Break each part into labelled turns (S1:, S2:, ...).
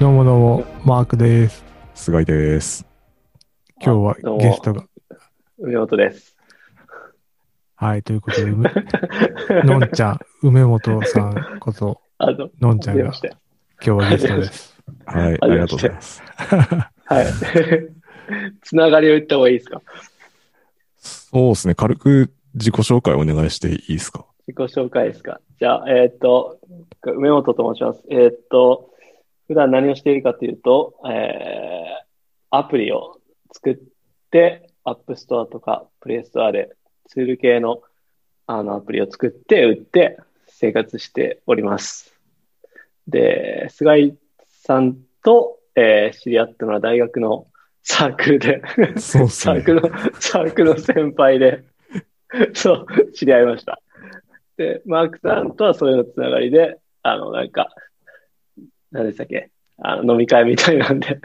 S1: どうもどうも、マークです。
S2: 菅井です。
S1: 今日
S3: ど
S1: は
S3: うも
S1: ゲストが。
S3: 梅本です。
S1: はい、ということで、うめのんちゃん、梅本さんこと、
S3: あの、
S1: のんちゃ
S3: は
S1: ん
S3: じ
S1: が
S3: めまし
S1: 今
S3: て。
S1: 日はゲストです。
S2: はい、
S3: あ
S2: あ
S3: り
S2: り
S3: が
S2: が
S3: と
S2: と
S3: うご
S2: うご
S3: ざ
S2: ざ
S3: い
S2: います。
S3: はい。 つながりを言った方がいいですか
S2: そうですね、軽く自己紹介お願いしていい ですか
S3: 自己紹介ですかじゃあ、えーっ、と、梅本と申します。えーっ、と、普段何をしているかというと、えー、アプリを作って、App Store とか Play Store でツール系のあのアプリを作って、売って、生活しております。で、菅井さんと、えー知り合ったのは大学のサークルで、
S2: そうっす
S3: サ
S2: ね
S3: ークルの、サークルの先輩で、そう、知り合いました。で、マークさんとはそれのつながりで、あの、なんか、何でしたっけ、あの飲み会みたいなんで、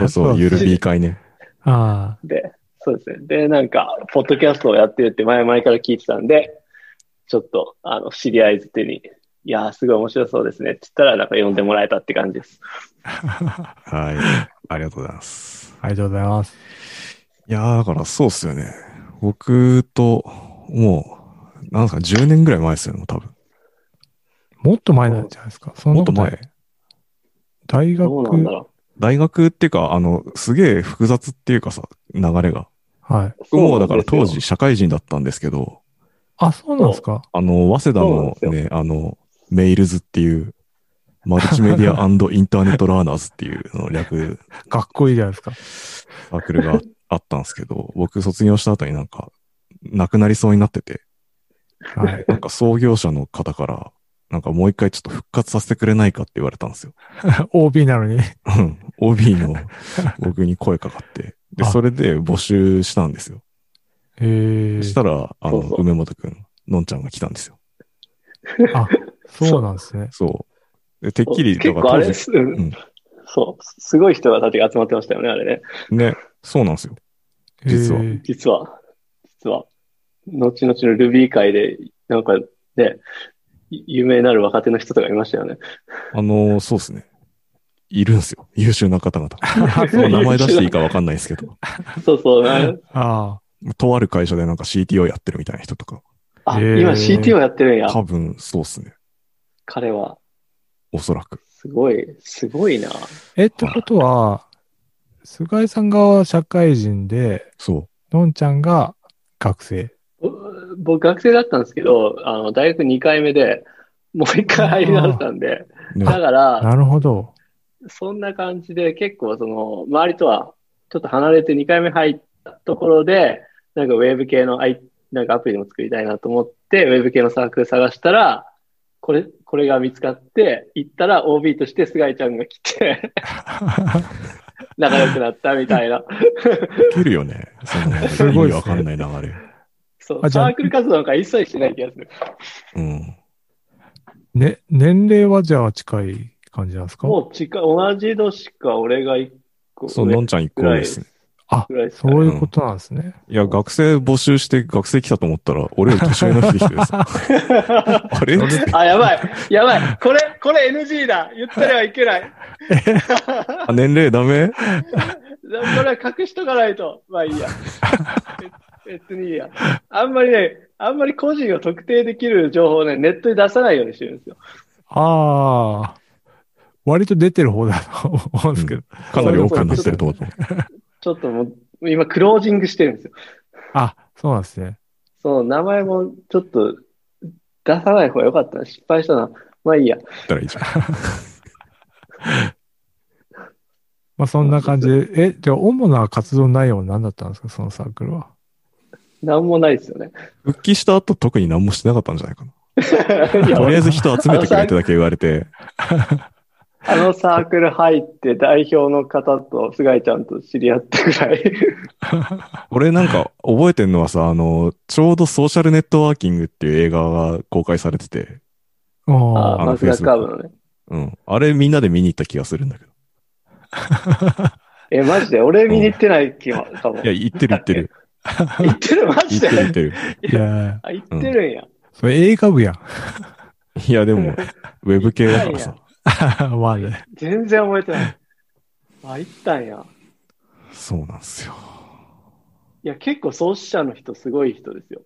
S2: そうそう、ゆるびー会ね。
S1: あ
S3: で、そうですね。で、なんか、ポッドキャストをやってるって前々から聞いてたんで、ちょっと、あの、知り合いづてに、いやー、すごい面白そうですねって言ったら、なんか呼んでもらえたって感じです。
S1: あ。
S2: はい、ありがとうございます。
S1: ありがとうございます。
S2: いやー、だからそうっすよね。僕と、もう、なんですか、10年ぐらい前ですよね、もう多分。
S1: もっと前なんじゃないですか。そんな
S2: もっ
S1: こととない
S2: 前。
S1: 大
S3: どうなんだ
S1: 学、
S3: ろ
S2: 大学っていうか、あの、すげえ複雑っていうかさ、流れが。
S1: はい。
S3: う。
S2: 僕もだから当時
S3: そう
S2: 社会人だったんですけど、
S1: あ、そうなんですか。
S2: あの、早稲田
S3: そう
S2: の
S3: なん
S2: ね、あの、メイルズっていう、マルチメ ディアインターネットラーナーズっていうあの略
S1: かっこいいじゃないですか。
S2: サークルがあったんですけど、僕卒業した後になんか、なくなりそうになってて、
S1: はい。
S2: なんか創業者の方から、なんかもう一回ちょっと復活させてくれないかって言われたんですよ。
S1: OB なのに。
S2: うん OB の僕に声かかって、で、
S1: あ
S2: それで募集したんですよ。
S1: えー
S2: そし、たら、あの、
S3: そうそう
S2: 梅本くん、のんちゃんが来たんですよ。
S1: あ、そうなんですね。
S2: そう。でてっ
S3: そう
S2: きり、だ
S3: 結
S2: か
S3: 構あ
S2: ら
S3: れ
S2: 当
S3: で
S2: 時、
S3: す、うん
S2: うん
S3: そう、すごい人たちが集まってましたよね、あれね。
S2: ね、そうなんですよ。実は
S1: えー
S3: 実は、実は、後々のルビー界で、なんかね、有名になる若手の人とかいましたよね。
S2: あの、そうですね。いるんですよ。優秀な方 々。
S1: あ
S2: そ
S1: そうな
S2: の
S1: んだ
S2: 名前出していいかわかんないですけど、
S3: そうそう、な
S1: あ
S2: とある会社でなんか CTO やってるみたいな人とか、
S3: あ、
S1: へー
S3: 今 CTO やってるんや。
S2: 多分そうですね。
S3: 彼は。
S2: おそらく。
S3: すごい、すごいな。
S1: ーえ、ってことは、菅井さんが社会人で、
S2: そ
S1: のんちゃんが学生。
S3: ぼ僕学生だったんですけど、あの、大学2回目で、もう1回入り直したんで、
S2: う。ね
S3: だから、
S1: なるほど。
S3: そんな感じで結構その、周りとはちょっと離れて2回目入ったところで、なんかウェブ系のアイなんかアプリでも作りたいなと思って、ウェブ系のサークル探したら、これ、これが見つかって、行ったら OB として菅井ちゃんが来て、 仲良くなったみたいな。
S2: いけるよね。そ の、
S1: すごいっすね
S2: 意味わかんない流れ。
S3: そう、
S1: あじゃあ
S3: サークル活動なんか一切してない気がする。
S2: うん。
S1: ね、年齢はじゃあ近い感じなんですか
S3: もう近い、同じ年か、俺が一個
S2: そう、のんちゃん一個
S3: ぐらい
S2: 上で
S3: ですす
S2: ね。
S1: あ
S3: ぐ、らいですか
S1: そう
S3: ね
S1: いうことなんですね。
S2: いや、学生募集して学生来たと思ったら、俺より年上の人来て さ、あれっつって
S3: あ、やばい、やばい、これ、これ NG だ、言ったらいけない。
S2: あ年齢ダメ
S3: これは隠しとかないと。まあいいや。別別にいいや。あんまりね、あんまり個人を特定できる情報をね、ネットに出さないようにしてるんですよ。
S1: ああ、割と出てる方だと思うんですけど。
S2: かなり多くなってると 思う。
S3: ちょっともう、今クロージングしてるんですよ。
S1: あ、そうなんですね。
S3: その名前もちょっと出さない方が良かったな。失敗したな。まあいいや。
S2: ったらいいじゃん。
S1: まあそんな感じで。え、じゃあ主な活動内容は何だったんですかそのサークルは。
S3: なんもないです よね。
S2: 復帰した後特に何もしてなかったんじゃないかな。
S3: いや
S2: とりあえず人集めてくれってだけ言われ て、
S3: あのサークル入って代表の方と菅井ちゃんと知り合ったぐらい。
S2: 俺なんか覚えてんのはさ、あの、ちょうどソーシャルネットワーキングっていう映画が公開されてて、
S3: あ
S1: あ
S3: あ、
S2: あの
S3: マスダカーブのね。
S2: うん。あれみんなで見に行った気がするんだけど。
S3: え、マジで俺見に行ってない気も、かも。
S2: いや、行ってる行って る。
S3: 行ってるマ
S2: 行
S3: ジ
S2: って
S3: で
S2: る行ってる。
S1: あ、いや、
S3: あ、行ってるんや。
S1: それ映画部やん。
S2: いや、でも、ウェブ系だからさ。
S1: まあね。
S3: 全然覚えてない。あ、行ったんや。
S2: そうなんですよ。
S3: いや、結構創始者の人、すごい人ですよ。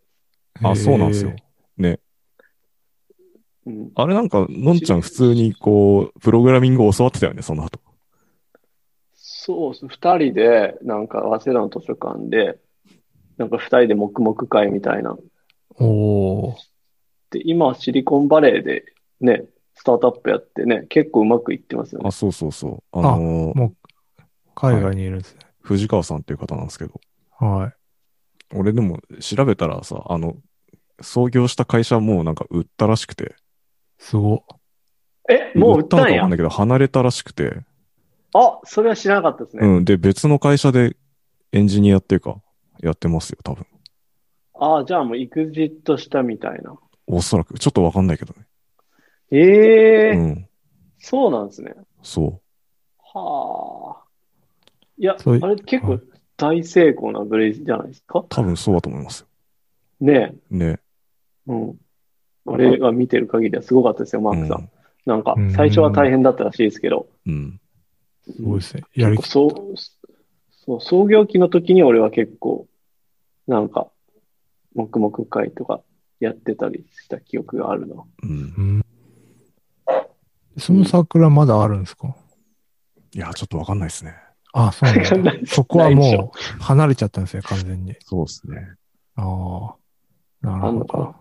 S2: あ、そうなんですよ
S1: へえ。。
S2: ね。
S3: うん。
S2: あれなんか、のんちゃん普通にこう、プログラミングを教わってたよね、その後。
S3: そうです。二人で、なんか、早稲田の図書館で、なんか二人で黙々会みたいな。
S1: おー。
S3: で、今、シリコンバレーで、ね、スタートアップやってね、結構うまくいってますよね
S2: あ、。そうそうそう。あのー
S1: もう、海外にいるんですね。
S2: 藤川さんっていう方なんですけど、
S1: はい。
S2: 俺でも調べたらさ、あの、創業した会社もうなんか売ったらしくて、
S1: すごっ。
S3: え、もう売
S2: 売
S3: っ
S2: っ
S3: た
S2: たのか
S3: ん
S2: わか
S3: や
S2: んな。いけど、離れたらしくて、
S3: あ、それは知らなかったですね。
S2: うん。で、別の会社でエンジニアっていうか、やってますよ、多分。
S3: あ、じゃあもう、エグジットしたみたいな。
S2: おそらく。ちょっとわかんないけどね。
S3: ええ
S2: うん。
S3: そうなんですね。
S2: そ
S3: はあ。いや、
S1: そうい
S3: あれ結
S1: は
S3: 構
S1: い
S3: 大成功なブレイズじゃないですか
S2: う。多分そうだと思いますよ。
S3: ねえ。
S2: ね。
S3: うん。俺が見てる限りはすごかったですよ、マークさん。なんか
S1: う、ん
S3: 最初は大変だったらしいですけど、
S2: うん。うん。
S1: すごいですね。やり
S3: 結構そう、そう、創業期の時に俺は結構、なんか、黙々会とかやってたりした記憶があるな。
S2: うん
S1: う。ん。そのサークルはまだあるんですか
S2: いや、ちょっとわかんないですね。
S1: あ、そう
S3: わかん
S1: な
S3: なんい
S1: だ。そこは
S3: ないでし
S1: も
S3: ょ
S1: う離れちゃったんですね、完全に。
S2: そうですね。
S1: ああ。な
S3: あん
S1: るほ
S3: のか
S1: ど
S3: な。。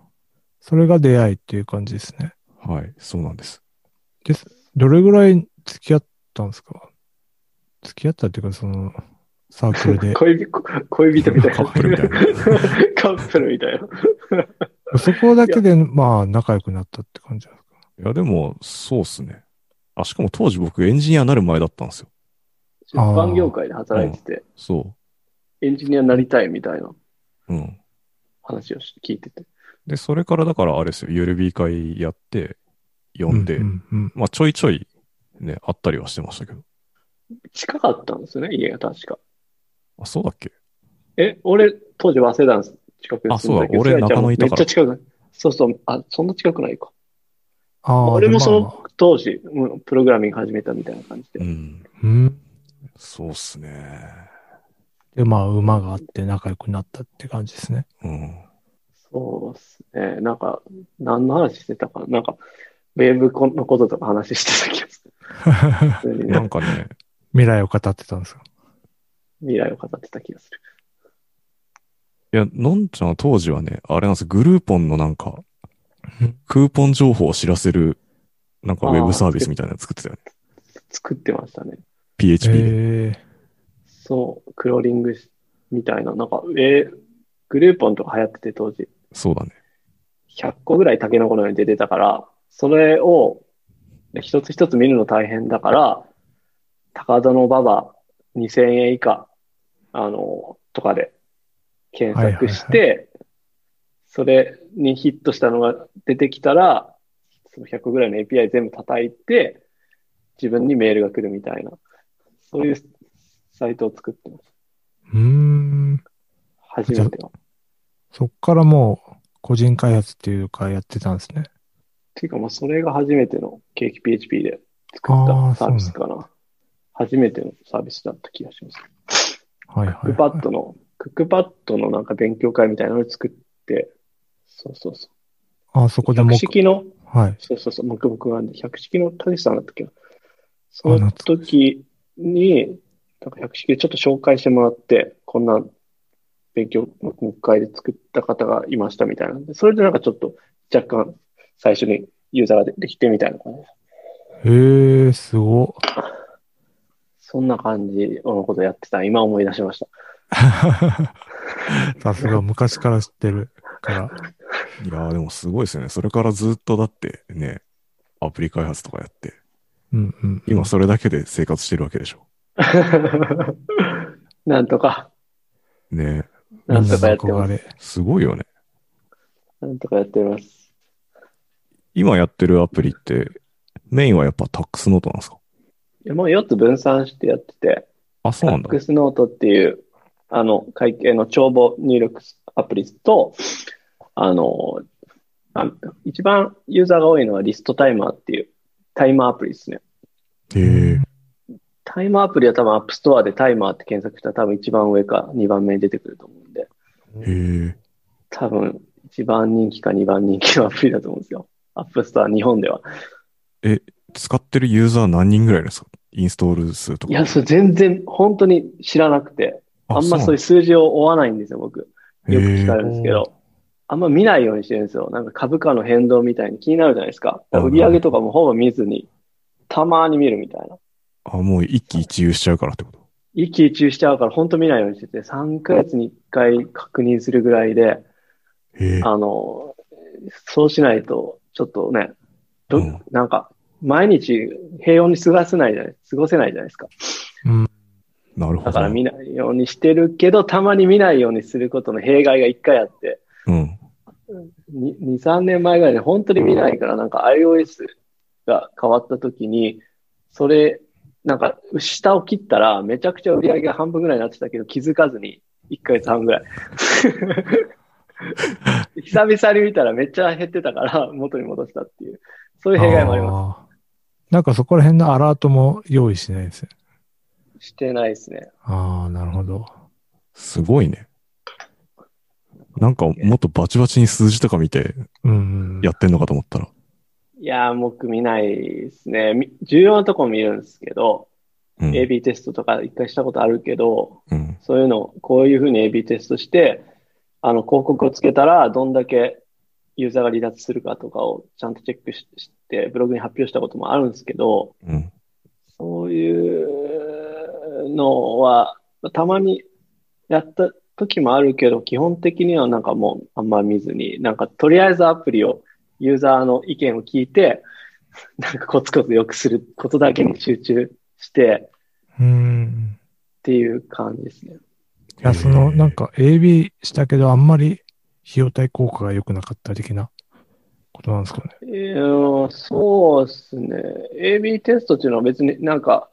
S1: それが出会いっていう感じですね。
S2: はい。そうなんです。
S1: です。どれぐらい付き合ったんですか付き合ったっていうか、その、サークルで
S3: 恋人、恋人みたいな。
S2: カップルみたいな
S3: カップルみたいな。
S1: そこだけで、まあ、仲良くなったって感じなんですか
S2: いや、でも、そうっすね。あ、しかも当時僕エンジニアになる前だったんですよ。
S3: 出版業界で働いてて、
S2: そ
S3: エンジニアになりたいみたいな
S2: う。うん。
S3: 話をし聞いてて。
S2: で、それからだからあれですよ。ゆるび会やって、読んで、
S1: うんうん
S2: まあちょいちょいね、あったりはしてましたけど。
S3: 近かったんですよね、家が確か。
S2: あ、そうだっけ
S3: え、俺、当時早稲田の近くに住んでたけど
S2: あそうだ俺
S3: そらちゃんも
S2: 中野いたから
S3: めっちゃ近くない。そうそう、あ、そんな近くないか。
S1: ああ、
S3: 俺もそ
S1: まあま
S3: の当時、うんプログラミング始めたみたいな感じで。
S2: うん。
S1: あうん。
S2: そうっすね。
S1: で、まあ、馬があって仲良くなったって感じです ね。
S2: うん。
S3: そうっすね。なんか、何の話してたかな。なんか、ウェーブのこととか話してた気がする。普通に
S2: な
S3: ね、
S2: んかね、
S1: 未来を語ってたんですか
S3: 未来を語ってた気がする。
S2: いや、のんちゃんは当時はね、あれなんですよグルーポンのなんか
S1: うん、
S2: クーポン情報を知らせる、なんかウ
S3: あー
S2: ェブサービスみたいなの作ってたよね。
S3: 作ってましたね。
S2: PHP で。
S1: え
S3: そう、クローリングしみたいな。なんか、えーグルーポンとか流行ってて当時。
S2: そうだね。
S3: 100個ぐらいタケノコのように出てたから、それを一つ一つ見るの大変だから、高田の馬場2000円以下、あの、とかで検索して、それにヒットしたのが出てきたら、その100個ぐらいの API 全部叩いて、自分にメールが来るみたいな、そういうサイトを作ってます。
S1: ー、うーん。
S3: 初めては。
S1: そっからもう、個人開発っていうか、やってたんですね。
S3: ていうか、まあ、それが初めてのケーキ PHP で作ったサービスかな。初めてのサービスだった気がします。
S1: はい
S3: ク
S1: は
S3: ッ
S1: い
S3: クパ
S1: は
S3: ッドの、クックパッドのなんか勉強会みたいなのを作って、そうそうそ
S1: い。あ、そこ
S3: う。
S1: で
S3: 百
S1: も、
S3: 式の、
S1: はい。
S3: そうそうそう、黙々なんで、百式のたけしさんだったっけど、
S1: あ
S3: その時に、なんか百式でちょっと紹介してもらって、こんな勉強、黙々会で作った方がいましたみたいなんで、それでなんかちょっと若干最初にユーザーができてみたいな感じ。
S1: へえー、すごっ。
S3: そんな感じのことやってた。今思い出しました。
S1: さすが昔から知ってるから。
S2: いやーでもすごいですよね。それからずっとだってね、アプリ開発とかやって、
S1: うんうん。
S2: 今それだけで生活してるわけでしょ。
S3: なんとか、
S2: ね
S3: なん
S1: みん
S3: と
S1: な
S3: か
S1: の
S3: やってま
S1: 憧
S3: す。
S1: れ。
S2: すごいよね。
S3: なんとかやってます。
S2: 今やってるアプリって、メインはやっぱタックスノートなんですか
S3: いやもう4つ分散してやってて、
S2: あ、そ
S3: タ
S2: うなん
S3: ッ
S2: だ。
S3: クスノートっていう、あの、会計の帳簿入力アプリと、あの、あ一番ユーザーが多いのはリストタイマーっていう、タイマーアプリですね。
S2: へえ。
S3: タイマーアプリは多分 App Store でタイマーって検索したら多分一番上か2番目に出てくると思うんで、
S2: へえ。
S3: 多分一番人気か2番人気のアプリだと思うんですよ。App Store 日本では。
S2: 使ってるユーザー何人ぐらいなんですかインストール数とか。
S3: いや、それ全然本当に知らなくて、あんまそういうう数字を追わないんですよ、僕。よく聞か
S2: な
S3: れるん
S2: の
S3: ですけど、あんま見ないようにしてるんですよ。なんか株価の変動みたいに気になるじゃないですか。
S2: うん
S3: 売り上げとかもほぼ見ずに、たまに見るみたいな。
S2: あ、もう一喜一憂しちゃうからってこと。
S3: 一喜一憂しちゃうから本当見ないようにしてて、3ヶ月に1回確認するぐらいで、
S2: へえ。
S3: あの、そうしないと、ちょっとね、ど
S2: うん
S3: なんか、毎日平穏に過ごせないじゃない、過ごせないじゃないですか。
S2: なるほど。
S3: だから見ないようにしてるけど、たまに見ないようにすることの弊害が1回あって、
S2: うん。
S3: に2、3年前ぐらいで本当に見ないから、なんか iOS が変わった時に、それ、なんか、下を切ったら、めちゃくちゃ売り上げが半分ぐらいになってたけど、気づかずに、1ヶ月半 ぐらい。久々に見たらめっちゃ減ってたから、元に戻したっていう。そういう弊害もありま
S1: あーなんかそこら辺のアラートも用意しないですね。
S3: す。してないですね。
S1: ああ、なるほど。
S2: すごいね。なんかもっとバチバチに数字とか見て
S1: うん、うん。
S2: やってんのかと思ったら。
S3: いやー、僕見ないですね。み重要なとこ見るんですけど、
S2: うん。
S3: AB テストとか一回したことあるけど、
S2: うん。
S3: そういうの、こういうふうに AB テストして、あの、広告をつけたら、どんだけユーザーが離脱するかとかをちゃんとチェックしして、ブログに発表したこともあるんですけど、
S2: うん。
S3: そういうのは、たまにやった時もあるけど、基本的にはなんかもうあんま見ずに、なんかとりあえずアプリを、ユーザーの意見を聞いて、なんかコツコツ良くすることだけに集中して
S1: うん。
S3: っていう感じですね。
S1: いや、その、なんか AB したけど、あんまり費用対効果が良くなかった的なことなんですかね。
S3: えーそうですね。AB テストっていうのは別になんか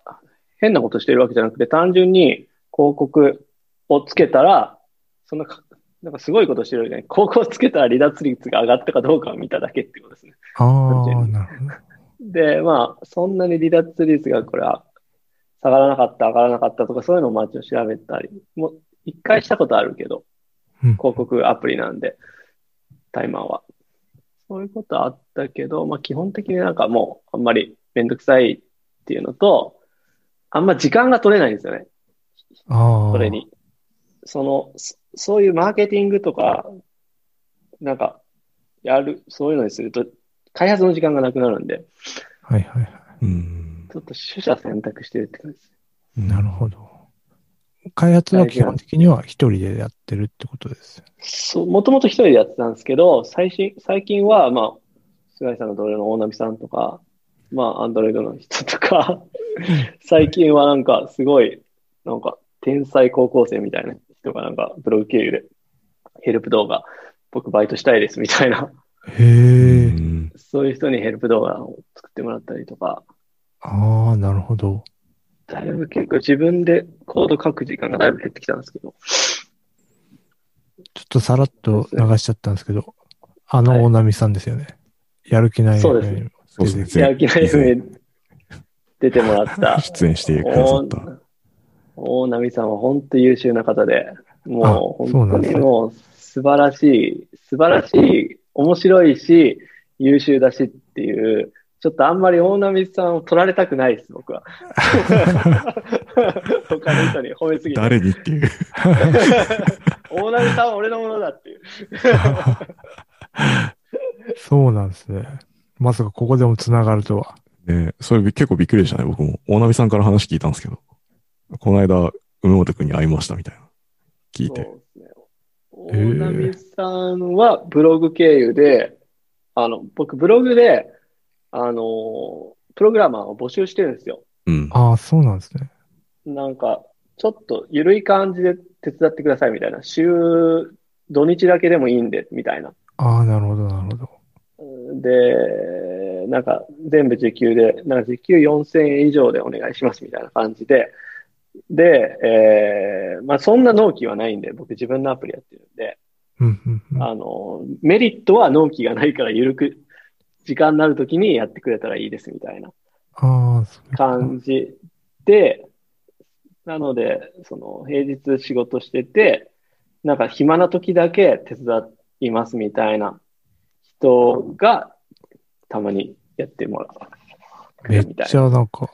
S3: 変なことしてるわけじゃなくて、単純に広告をつけたら、そんなか、なんかすごいことしてるわけじゃない。広告をつけたら離脱率が上がったかどうかを見ただけってことですね。
S1: ああ、
S3: 全
S1: なるほど。
S3: で、まあ、そんなに離脱率がこれは下がらなかった、上がらなかったとか、そういうのをまあちょっと調べたり、もう一回したことあるけど、
S1: うん
S3: 広告アプリなんで、タイマーは。そういうことあったけど、まあ基本的になんかもうあんまりめんどくさいっていうのと、あんま時間が取れないんですよね。
S1: ああ。
S3: それに。その、そそういうマーケティングとか、なんか、やる、そういうのにすると、開発の時間がなくなるんで、
S1: はいはいは
S2: うん。
S3: ちょっと取捨選択してるって感じです。
S1: い。なるほど。開発は基本的には一人でやってるってことです。
S3: そう、もともと一人でやってたんですけど、最新、最近は、まあ、菅井さんの同僚の大波さんとか、まあ、アンドロイドの人とか、最近はなんか、すごい、なんか、天才高校生みたいな人がなんか、ブログ経由で、ヘルプ動画、僕バイトしたいですみたいな、
S1: へ
S2: う
S1: え。
S2: ん
S3: そういう人にヘルプ動画を作ってもらったりとか、
S1: ああ、なるほど。
S3: だいぶ結構自分でコード書く時間がだいぶ減ってきたんですけど、
S1: ちょっとさらっと流しちゃったんですけど、あの大波さんですよね。やる気ない
S3: そうです
S1: ね
S2: そうですね。
S3: やる気ないですね。出てもらった。
S2: 出演してくださった。
S3: 大波さんは本当に優秀な方で、もう
S1: あそう
S3: 本
S1: な
S3: 当
S1: んです
S3: に
S1: ね
S3: もう素晴らしい、素晴らしい、面白いし、優秀だしっていう、ちょっとあんまり大波さんを取られたくないです、僕は。他の人に褒めすぎて。
S2: 誰にっていう。
S3: 大波さんは俺のものだっていう。
S1: そうなんですね。まさかここでも繋がるとは。
S2: ねそれ結構びっくりでしたね、僕も。大波さんから話聞いたんですけど。この間、梅本くんに会いましたみたいな。聞いて。
S3: そうですね。
S1: へー
S3: 大波さんはブログ経由で、あの、僕ブログで、あのー、プログラマーを募集してるんですよ。
S2: うん。
S1: ああ、そうなんですね。
S3: なんか、ちょっと緩い感じで手伝ってくださいみたいな。週、土日だけでもいいんで、みたいな。
S1: ああ、なるほど、なるほど。
S3: で、なんか全部時給で、なんか時給4000円以上でお願いしますみたいな感じで、で、えーまあそんな納期はないんで、僕自分のアプリやってるんで、
S1: うん、うん、うん。
S3: あの、メリットは納期がないから緩く時間になるときにやってくれたらいいですみたいな
S1: ああ、そういうこと
S3: 感じで、なので、その平日仕事してて、なんか暇な時だけ手伝いますみたいな人がたまにやってもらう。
S1: めっ
S3: みたい
S1: ちゃなんか、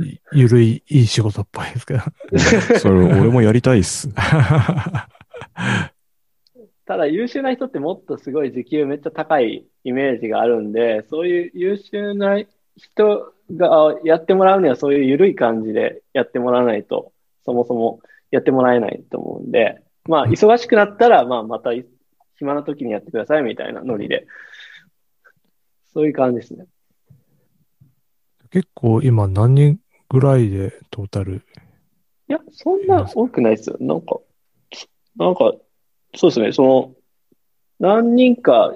S1: いゆるい、いい仕事っぽいですけど。
S2: それ俺もやりたいっ す。
S3: ただ優秀な人ってもっとすごい時給めっちゃ高いイメージがあるんで、そういう優秀な人がやってもらうにはそういう緩い感じでやってもらわないと、そもそもやってもらえないと思うんで、まあ忙しくなったら、まあまたい暇な時にやってくださいみたいなノリで。そういう感じですね。
S1: 結構今何人ぐらいでトータル。
S3: いや、そんな多くないですよ。なんか、なんか、そうですね、その、何人か、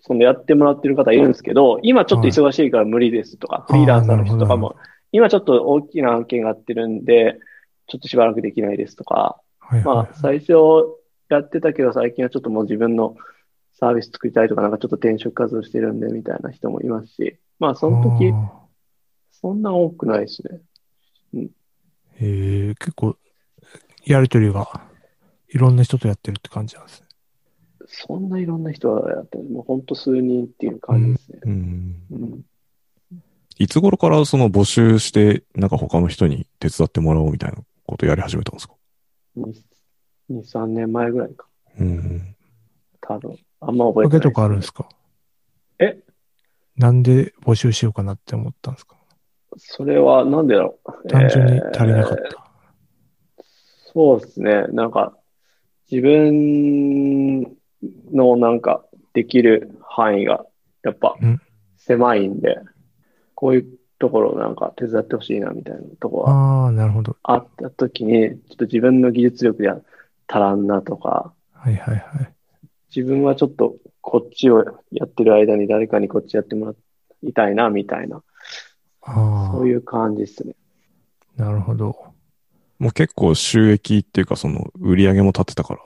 S3: そのやってもらってる方いるんですけど、今ちょっと忙しいから無理ですとか、
S1: い
S3: フリーランサーの人とか
S1: あ
S3: も、今ちょっと大きな案件があってるんで、ちょっとしばらくできないですとか、
S1: はい、はい。
S3: まあ、最初やってたけど、最近はちょっともう自分のサービス作りたいとか、なんかちょっと転職活動してるんで、みたいな人もいますし、まあ、その時、
S1: あ
S3: そんな多くないですね。
S1: ーえー結構、やりとりが、いろんな人とやってるって感じなんですね。
S3: そんないろんな人がやってる。もう本当数人っていう感じですね。
S2: うん
S3: うん
S2: いつ頃からその募集して、なんか他の人に手伝ってもらおうみたいなことやり始めたんですか
S3: 2、3年前ぐらいか。
S2: うん。
S3: 多分。あんま覚
S1: わ
S3: えて
S1: け
S3: ない
S1: とかあるんですか
S3: え
S1: なんで募集しようかなって思ったんですか
S3: それは、なんでだろう。
S1: 単純に足りなかっ
S3: えー
S1: た。
S3: そうですね。なんか、自分のなんか、できる範囲が、やっぱ
S1: うん、
S3: 狭いんで、こういうところをなんか手伝ってほしいな、みたいなところが
S1: ああ、なるほど。
S3: あった時に、ちょっと自分の技術力では足らんなとか、
S1: はいはいはい。
S3: 自分はちょっとこっちをやってる間に誰かにこっちやってもらいたいな、みたいな、
S1: あ
S3: そういう感じですね。
S1: あ、なるほど。
S2: もう結構収益っていうかその売り上げも立ってたから、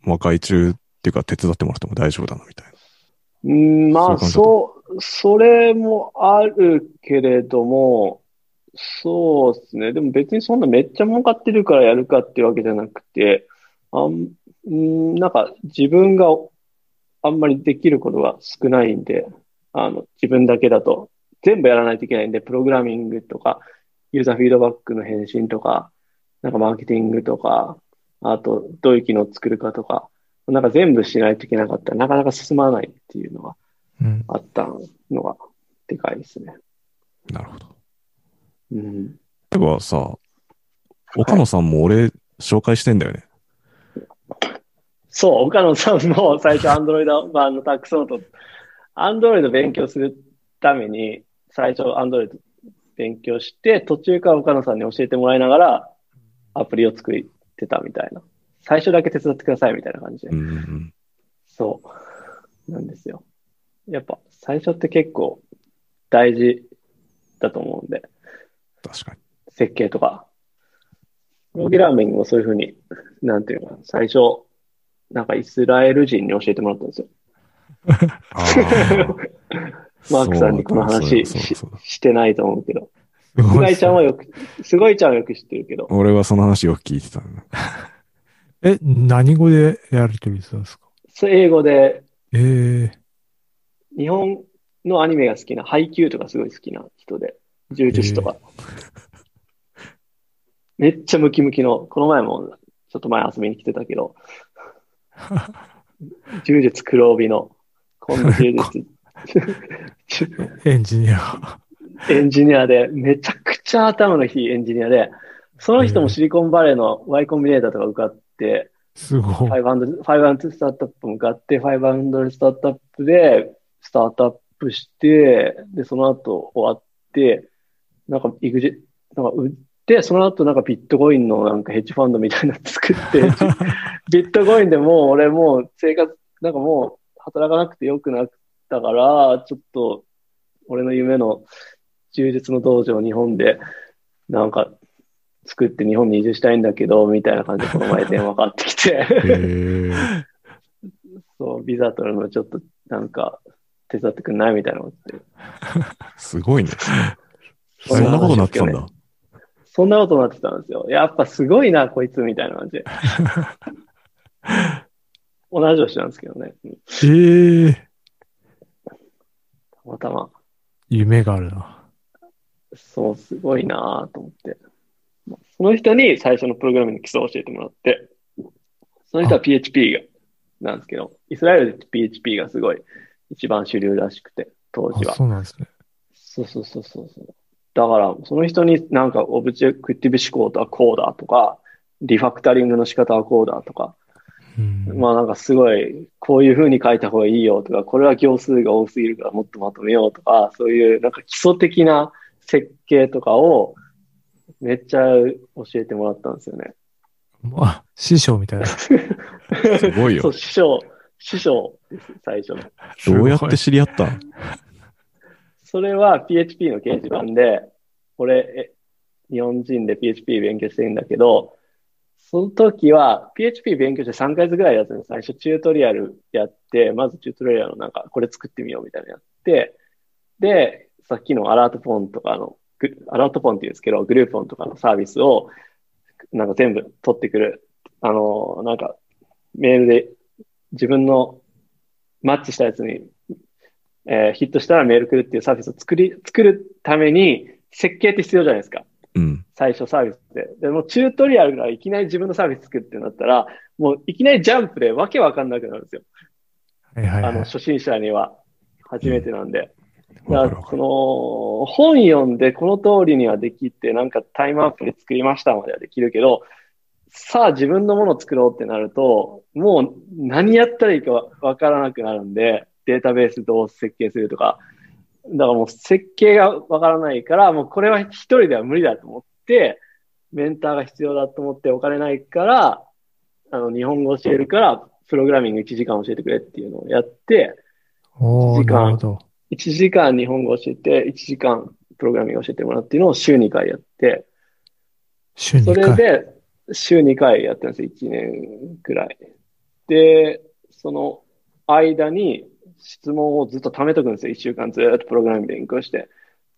S2: まあ外注っていうか手伝ってもらっても大丈夫だなみたいな。
S3: うん、まあ、
S2: そ
S3: そう、それもあるけれども、そうですね。でも別にそんなめっちゃ儲かってるからやるかっていうわけじゃなくて、あん、うん、なんか自分があんまりできることが少ないんで、あの、自分だけだと全部やらないといけないんで、プログラミングとか、ユーザーフィードバックの返信とか、なんかマーケティングとか、あとどういう機能を作るかとか、なんか全部しないといけなかったらなかなか進まないっていうのが
S1: うん。
S3: あったのがでかいですね。
S2: なるほど。
S3: うん。
S2: 例えばさ、岡野さんも俺紹介してんだよね。
S3: そう、岡野さんも最初アンドロイド版のタックスノート、アンドロイド勉強するために、最初アンドロイド勉強して、途中から岡野さんに教えてもらいながら、アプリを作ってたみたいな。最初だけ手伝ってくださいみたいな感じで。
S2: うんうん
S3: そう。なんですよ。やっぱ最初って結構大事だと思うんで。
S2: 確かに。
S3: 設計とか。プログラミングもそういうふうに、なんていうのかな、最初、なんかイスラエル人に教えてもらったんですよ。
S2: あー
S3: マークさんにこの話
S2: そうだ
S3: し
S2: そうだそうだ
S3: してないと思うけど。
S1: す
S3: すごいちゃんはよく、すごいちゃんはよく知ってるけど。
S2: 俺はその話よく聞いてたんだ。
S1: え、何語でやりとりするんですか
S3: それ英語で、
S1: ええ
S3: 日本のアニメが好きな、ハイキューとかすごい好きな人で、柔術師とか。めっちゃムキムキの、この前も、ちょっと前遊びに来てたけど、柔術黒帯の、今度 柔術、
S1: エンジニア。
S3: エンジニアで、めちゃくちゃ頭のいいエンジニアで、その人もシリコンバレーの Y コンビネーターとか受かって、
S1: すごい。
S3: 500 500スタートアップも受かって、500スタートアップで、スタートアップして、で、その後終わって、なんか、イグジ、なんか売って、その後なんかビットコインのなんかヘッジファンドみたいなの作って、ヘッジビットコインでもう俺もう生活、なんかもう働かなくてよくなったから、ちょっと俺の夢の充実の道場を日本でなんか作って日本に移住したいんだけど、みたいな感じでこの前電話かかってきて、
S2: へえ。
S3: そう、ビザ取るのちょっとなんか手伝ってくんないみたいなこと言って。
S2: す ごいね。
S3: そ
S2: そ
S3: ん
S2: ん
S3: な
S2: な
S3: こな
S2: こととな
S3: っ
S2: って
S3: た
S2: てた
S3: ん
S2: ん
S3: だ
S2: だ。
S3: そんなことになってたんですよ。やっぱすごいな、こいつみたいな感じで。同じ年なんですけどね。うん
S2: ええ
S3: たまたま。
S1: 夢があるな。
S3: そう、すごいなと思って。まあその人に最初のプログラミングの基礎を教えてもらって、その人は PHP が、なんですけど、イスラエルで PHP がすごい一番主流らしくて、当時
S1: あ、
S3: は。
S1: そうなんですね。
S3: そうそうそうそうそう。だから、その人になんかオブジェクティブ思考とはこうだとか、リファクタリングの仕方はこうだとか、
S1: うん。
S3: まあなんかすごい、こういう風に書いた方がいいよとか、これは行数が多すぎるからもっとまとめようとか、そういうなんか基礎的な設計とかをめっちゃ教えてもらったんですよね。
S1: まあ、師匠みたい な。
S2: すごい
S3: そ
S2: よ
S3: う、。師匠、師匠です、最初の。
S2: どうやって知り合ったの
S3: それは PHP の掲示板で、俺、え日本人で PHP 勉強してるんだけど、その時は PHP 勉強して3ヶ月ぐらいやつに最初チュートリアルやって、まずチュートリアルのなんかこれ作ってみようみたいなのやって、で、さっきのアラートフォンとかの、グアラートフォンって言うんですけど、グループフォンとかのサービスをなんか全部取ってくる、あの、なんかメールで自分のマッチしたやつにえーヒットしたらメール来るっていうサービスを作り、作るために設計って必要じゃないですか。
S2: うん。
S3: 最初サービスって。でもチュートリアルからいきなり自分のサービス作るってなったら、もういきなりジャンプでわけわかんなくなるんですよ。
S1: はいはい
S3: あ
S1: は
S3: の、
S1: い。
S3: 初心者には。初めてなんで。
S2: わ
S3: だ
S2: か
S3: か
S2: る
S3: ら
S2: わ、か
S3: そ
S2: る。
S3: の、本読んでこの通りにはできて、なんかタイムアップで作りましたまではできるけど、さあ自分のものを作ろうってなると、もう何やったらいいかわわからなくなるんで、データベースどう設計するとか、だからもう設計がわからないから、もうこれは一人では無理だと思って、メンターが必要だと思ってお金ないから、あの、日本語教えるから、プログラミング1時間教えてくれっていうのをやって、
S1: お
S3: 時
S1: ー、
S3: 間
S1: なるほど。
S3: 1時間日本語教えて、1時間プログラミング教えてもらうっていうのを週2回やって、
S1: 週
S3: そ
S1: 2
S3: れ
S1: 回。
S3: で週2回やってるんですよ、1年くらい。で、その間に質問をずっと貯めとくんですよ、1週間ずっとプログラミング勉強して。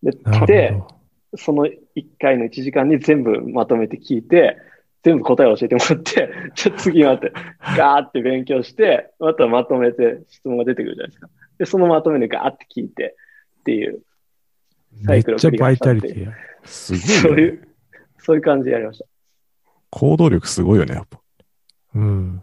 S3: で、
S1: な
S3: で
S1: るほど。
S3: その1回の1時間に全部まとめて聞いて、全部答えを教えてもらって、 じゃあ次またガーって勉強して、またまとめて質問が出てくるじゃないですか。で、そのまとめにガーって聞いてっていう、サ
S1: め
S3: イ
S1: っ
S3: クルを
S1: ちゃ
S3: 繰り
S1: バ
S3: 返
S1: イ
S3: しちゃ
S1: タ
S3: って
S1: リティや。
S2: すごい
S3: そう
S2: よね、
S3: いう、そういう感じでやりました。
S2: 行動力すごいよね、やっぱ。
S1: うん。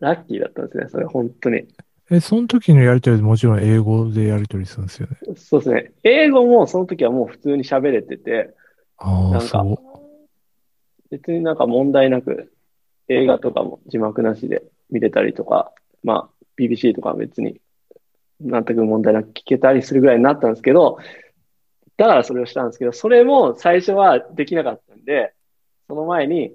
S3: ラッキーだったんですね、それ本当に。
S1: え、その時のやりとりでもちろん英語でやりとりするんですよね。
S3: そうですね。英語もその時はもう普通に喋れてて、
S1: あ
S3: な
S1: あ、
S3: んか
S1: そう。
S3: 別になんか問題なく映画とかも字幕なしで見れたりとか、まあ BBC とかは別に全く問題なく聞けたりするぐらいになったんですけど、だからそれをしたんですけど、それも最初はできなかったんで、その前に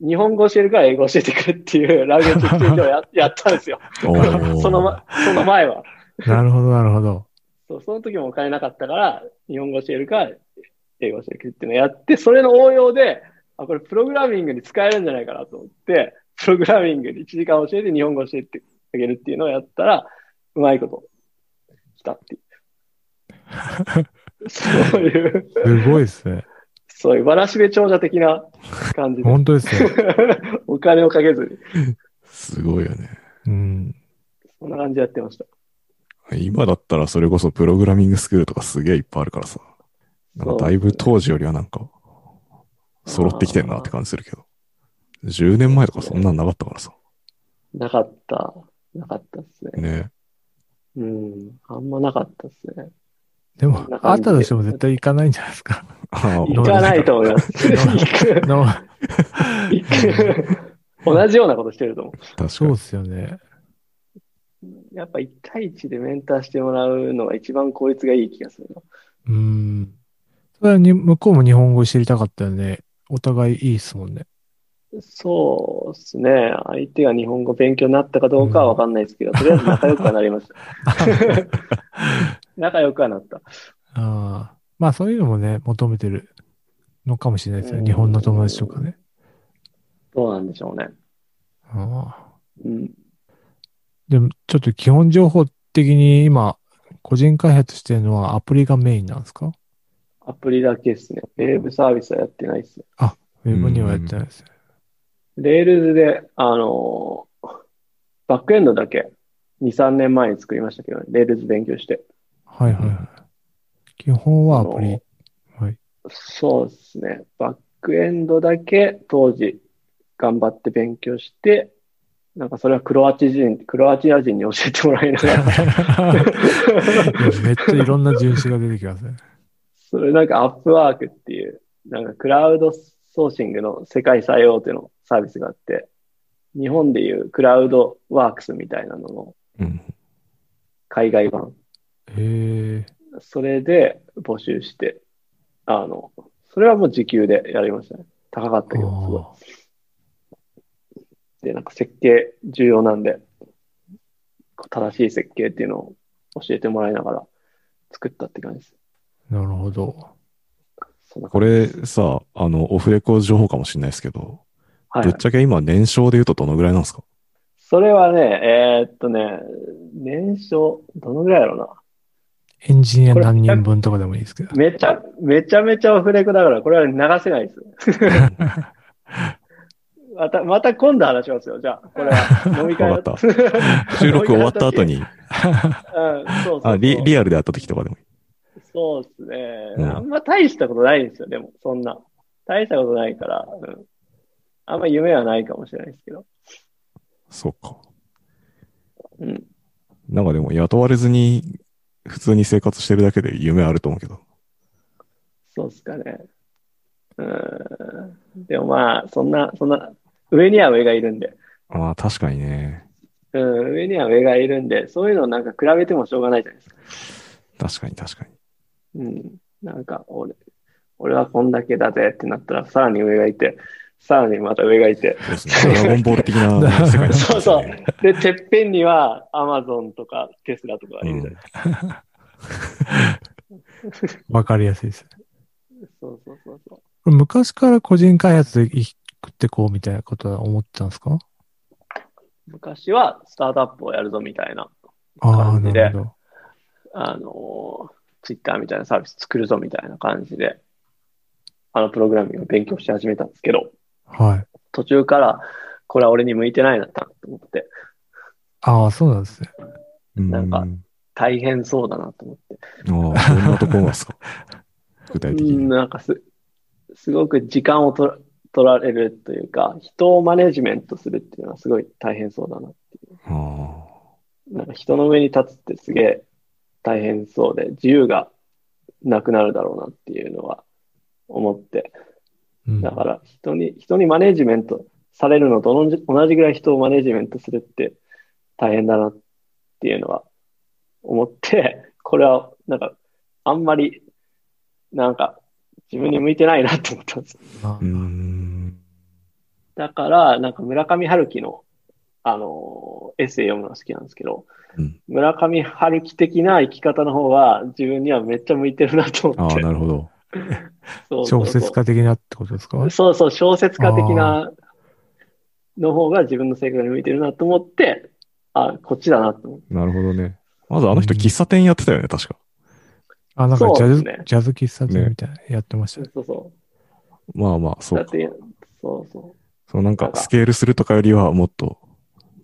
S3: 日本語教えるから英語教えてくれっていうランゲージエクスチェンジをややったんですよ。
S2: おー
S3: そのま、その前は。
S1: なるほど、なるほど。
S3: そう、その時もお金なかったから、日本語教えるか、英語教えるっていうのをやって、それの応用で、あ、これプログラミングに使えるんじゃないかなと思って、プログラミングに1時間教えて日本語教えてあげるっていうのをやったら、うまいこと、来たっていう。そういう、
S1: すごいです ね。
S3: そういう、わらしべ長者的な感じで。
S1: 本当ですね。
S3: お金をかけずに、
S2: すごいよね。
S1: うん。
S3: そんな感じでやってました。
S2: 今だったらそれこそプログラミングスクールとかすげえいっぱいあるからさ。なんかだいぶ当時よりはなんか、揃ってきてんなって感じするけど。10年前とかそんなんなかったからさ。
S3: なかった。なかったですね。
S2: ね
S3: うん。あんまなかったですね。
S1: でも、あったとしても絶対行かないんじゃないですか。
S2: あ
S1: い
S3: 行かないと思います。行く
S1: の
S3: 行く同じようなことしてると思
S2: あ、確か
S1: そうで
S2: に。
S1: すよね。
S3: う。やっぱ1対1でメンターしてもらうのが一番効率がいい気がするな。
S1: うん。それはに、向こうも日本語知りたかったんで、お互いいいっすもん ね。
S3: そうですね。相手が日本語勉強になったかどうかはわかんないですけど、とりあえず仲良くはなりました。仲良くはなった。
S1: ああ。まあそういうのもね、求めてるのかもしれないですよ
S3: う
S1: ね。
S3: ん
S1: 日本の友達とかね。
S3: どうなんでしょうね。
S1: ああ。
S3: うん。
S1: でも、ちょっと基本情報的に今、個人開発してるのはアプリがメインなんですか
S3: アプリだけですね。ウェブサービスはやってないですね。
S1: ウェブにはやってないですね。
S3: レールズで、あのーバックエンドだけ2、3年前に作りましたけどね。レールズ勉強して。
S1: はいはいはい。基本はア プリ。はい。
S3: そうですね。バックエンドだけ当時頑張って勉強して、なんかそれはクロアチア人、クロアチア人に教えてもらいな がら、
S1: めっちゃいろんな人種が出てきますね。
S3: それなんかアップワークっていう、なんかクラウドソーシングの世界最大手のサービスがあって、日本でいうクラウドワークスみたいなのの
S2: うん。
S3: 海外版。
S1: へえ。
S3: それで募集して、あの、それはもう時給でやりましたね。高かったけど、すごい。
S1: あ
S3: で、なんか設計重要なんで、こう正しい設計っていうのを教えてもらいながら作ったって感じです。
S1: ーなるほど。
S3: そんな
S2: こ
S3: 感じ
S2: れさ、あの、オフレコ情報かもしれないですけど、
S3: はい
S2: ぶ
S3: はい
S2: っちゃけ今年商で言うとどのぐらいなん ですか
S3: それはね、えーっとね、年商、どのぐらいだろうな。
S1: エンジニア何人分とかでもいいですけど。
S3: めちゃ、 めちゃめちゃオフレコだから、これは流せないです。また、また今度話しますよ。じゃあ、これは飲み会だ
S2: わかっ収録終わった後 に、
S3: うん、そうそうそう
S2: あリ、リアルで会った時とかでもいい。
S3: そうですね、
S2: うん
S3: あんま大したことないんですよ、でも、そんな。大したことないから、うん。あんま夢はないかもしれないですけど。
S2: そうか。
S3: うん。
S2: なんかでも雇われずに、普通に生活してるだけで夢あると思うけど。
S3: そうっすかね。うん。でもまあ、そんな、そんな、上には上がいるんで。
S2: ああ、確かにね。
S3: うん、上には上がいるんで、そういうのなんか比べてもしょうがないじゃないですか。
S2: 確かに確かに。
S3: うん。なんか、俺、俺はこんだけだぜってなったら、さらに上がいて、さらにまた上がい て、
S2: そうですね。ドラゴンボール的な世界になってます ね
S3: そうそう。で、てっぺんにはアマゾンとかテスラとかいるじゃないですか。
S1: わかりやすいです。
S3: そうそうそうそう。
S1: これ昔から個人開発で生きてこうみたいなことは思ってたんですか
S3: 昔はスタートアップをやるぞみたいな、
S1: ああ、
S3: 感じで
S1: なるほど。
S3: あのツイッター Twitter みたいなサービス作るぞみたいな感じで、あのプログラミングを勉強し始めたんですけど、
S1: はい。
S3: 途中からこれは俺に向いてないなと思って、
S1: ああ、そうなんですね。
S2: うん。
S3: なんか
S2: あ
S3: 大変そうだなと思って。
S2: あ、どんなところ ですか具体的
S3: うん、
S2: に。
S3: なんかす、すごく時間をとら取られるというか、人をマネジメントするっていうのはすごい大変そうだな。
S2: あ
S3: なんか人の上に立つってすげえ大変そうで、自由がなくなるだろうなっていうのは思って、
S1: うん、
S3: だから人に、人にマネジメントされるのと同じ同じぐらい人をマネジメントするって大変だなっていうのは思って、 これはなんかあんまりなんか自分に向いてないなと思ったんです。
S1: あ
S2: あ。うーん。
S3: だから、なんか村上春樹の、あのーエッセイ読むのが好きなんですけど、
S2: うん
S3: 村上春樹的な生き方の方は自分にはめっちゃ向いてるなと
S2: あ
S3: 思っ
S2: あ、
S3: て。
S2: なるほど。
S3: そうそう
S1: 小
S3: そう
S1: 説家的なってことですか
S3: そうそう、小説家的なの方が自分の性格に向いてるなと思って、あ、こっちだなと思って。
S2: なるほどね。まずあの人喫茶店やってたよね、確か。
S1: あ、なんかジャ
S3: そ
S1: ズ、
S3: うですね
S1: ジャズ喫茶店みたいな、やってましたね。
S3: そうそ
S2: まあまあ、
S3: う。
S2: そ
S3: だ
S2: う
S3: っ
S2: か。
S3: て、そうそ
S2: そうなん
S3: な
S2: か
S3: んか。
S2: スケールするとかよりはもっと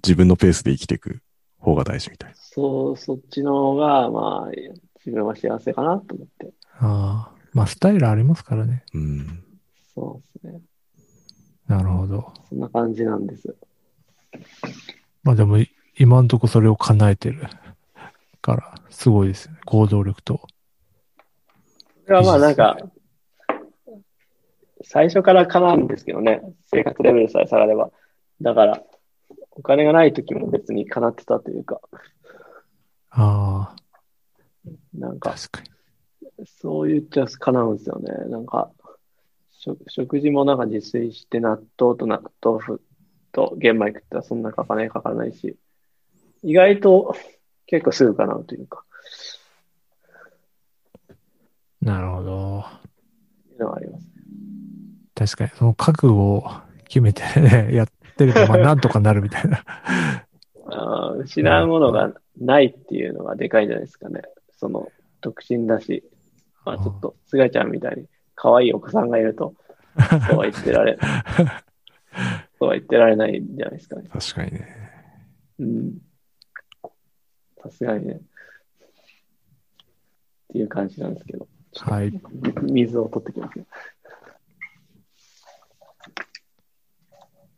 S2: 自分のペースで生きていく方が大事みたいう
S3: そう、そっちの方が、まあ、自分は幸せかなと思って。
S1: ああ。まあ、スタイルありますからね。
S2: な。うん。
S3: そうですね。
S1: なるほど。
S3: そんな感じなんです。
S1: まあでも、い今んとこそれを叶えてるから、すごいですね。行動力と。
S3: それはまあなんか、 最初から叶うんですけどね。生活レベルさえ下がれば。だから、お金がない時も別に叶ってたというか、
S1: あ
S3: なん
S1: あ、
S3: か、
S1: 確かに。
S3: そう言っちゃ叶うんですよね。なんか、食食事もなんか自炊して納豆と納豆腐と玄米食ったらそんなかかないかからないし、意外と結構すぐ叶うというか、
S1: なるほど。
S3: いうのはあります。
S1: 確かに、 その覚悟を決めて、ね、やってれば、まあ、なんとかなるみたいな。
S3: あー失うものがないっていうのがでかいんじゃないですかね。その、独身だし、まあちょっと、すがちゃんみたいに、可愛いお子さんがいると、そうは言ってら れ、そうは言ってられないんじゃないですかね。
S2: 確かにね。
S3: うん。さすがにね。っていう感じなんですけど。
S1: はい。
S3: 水を取ってきますね。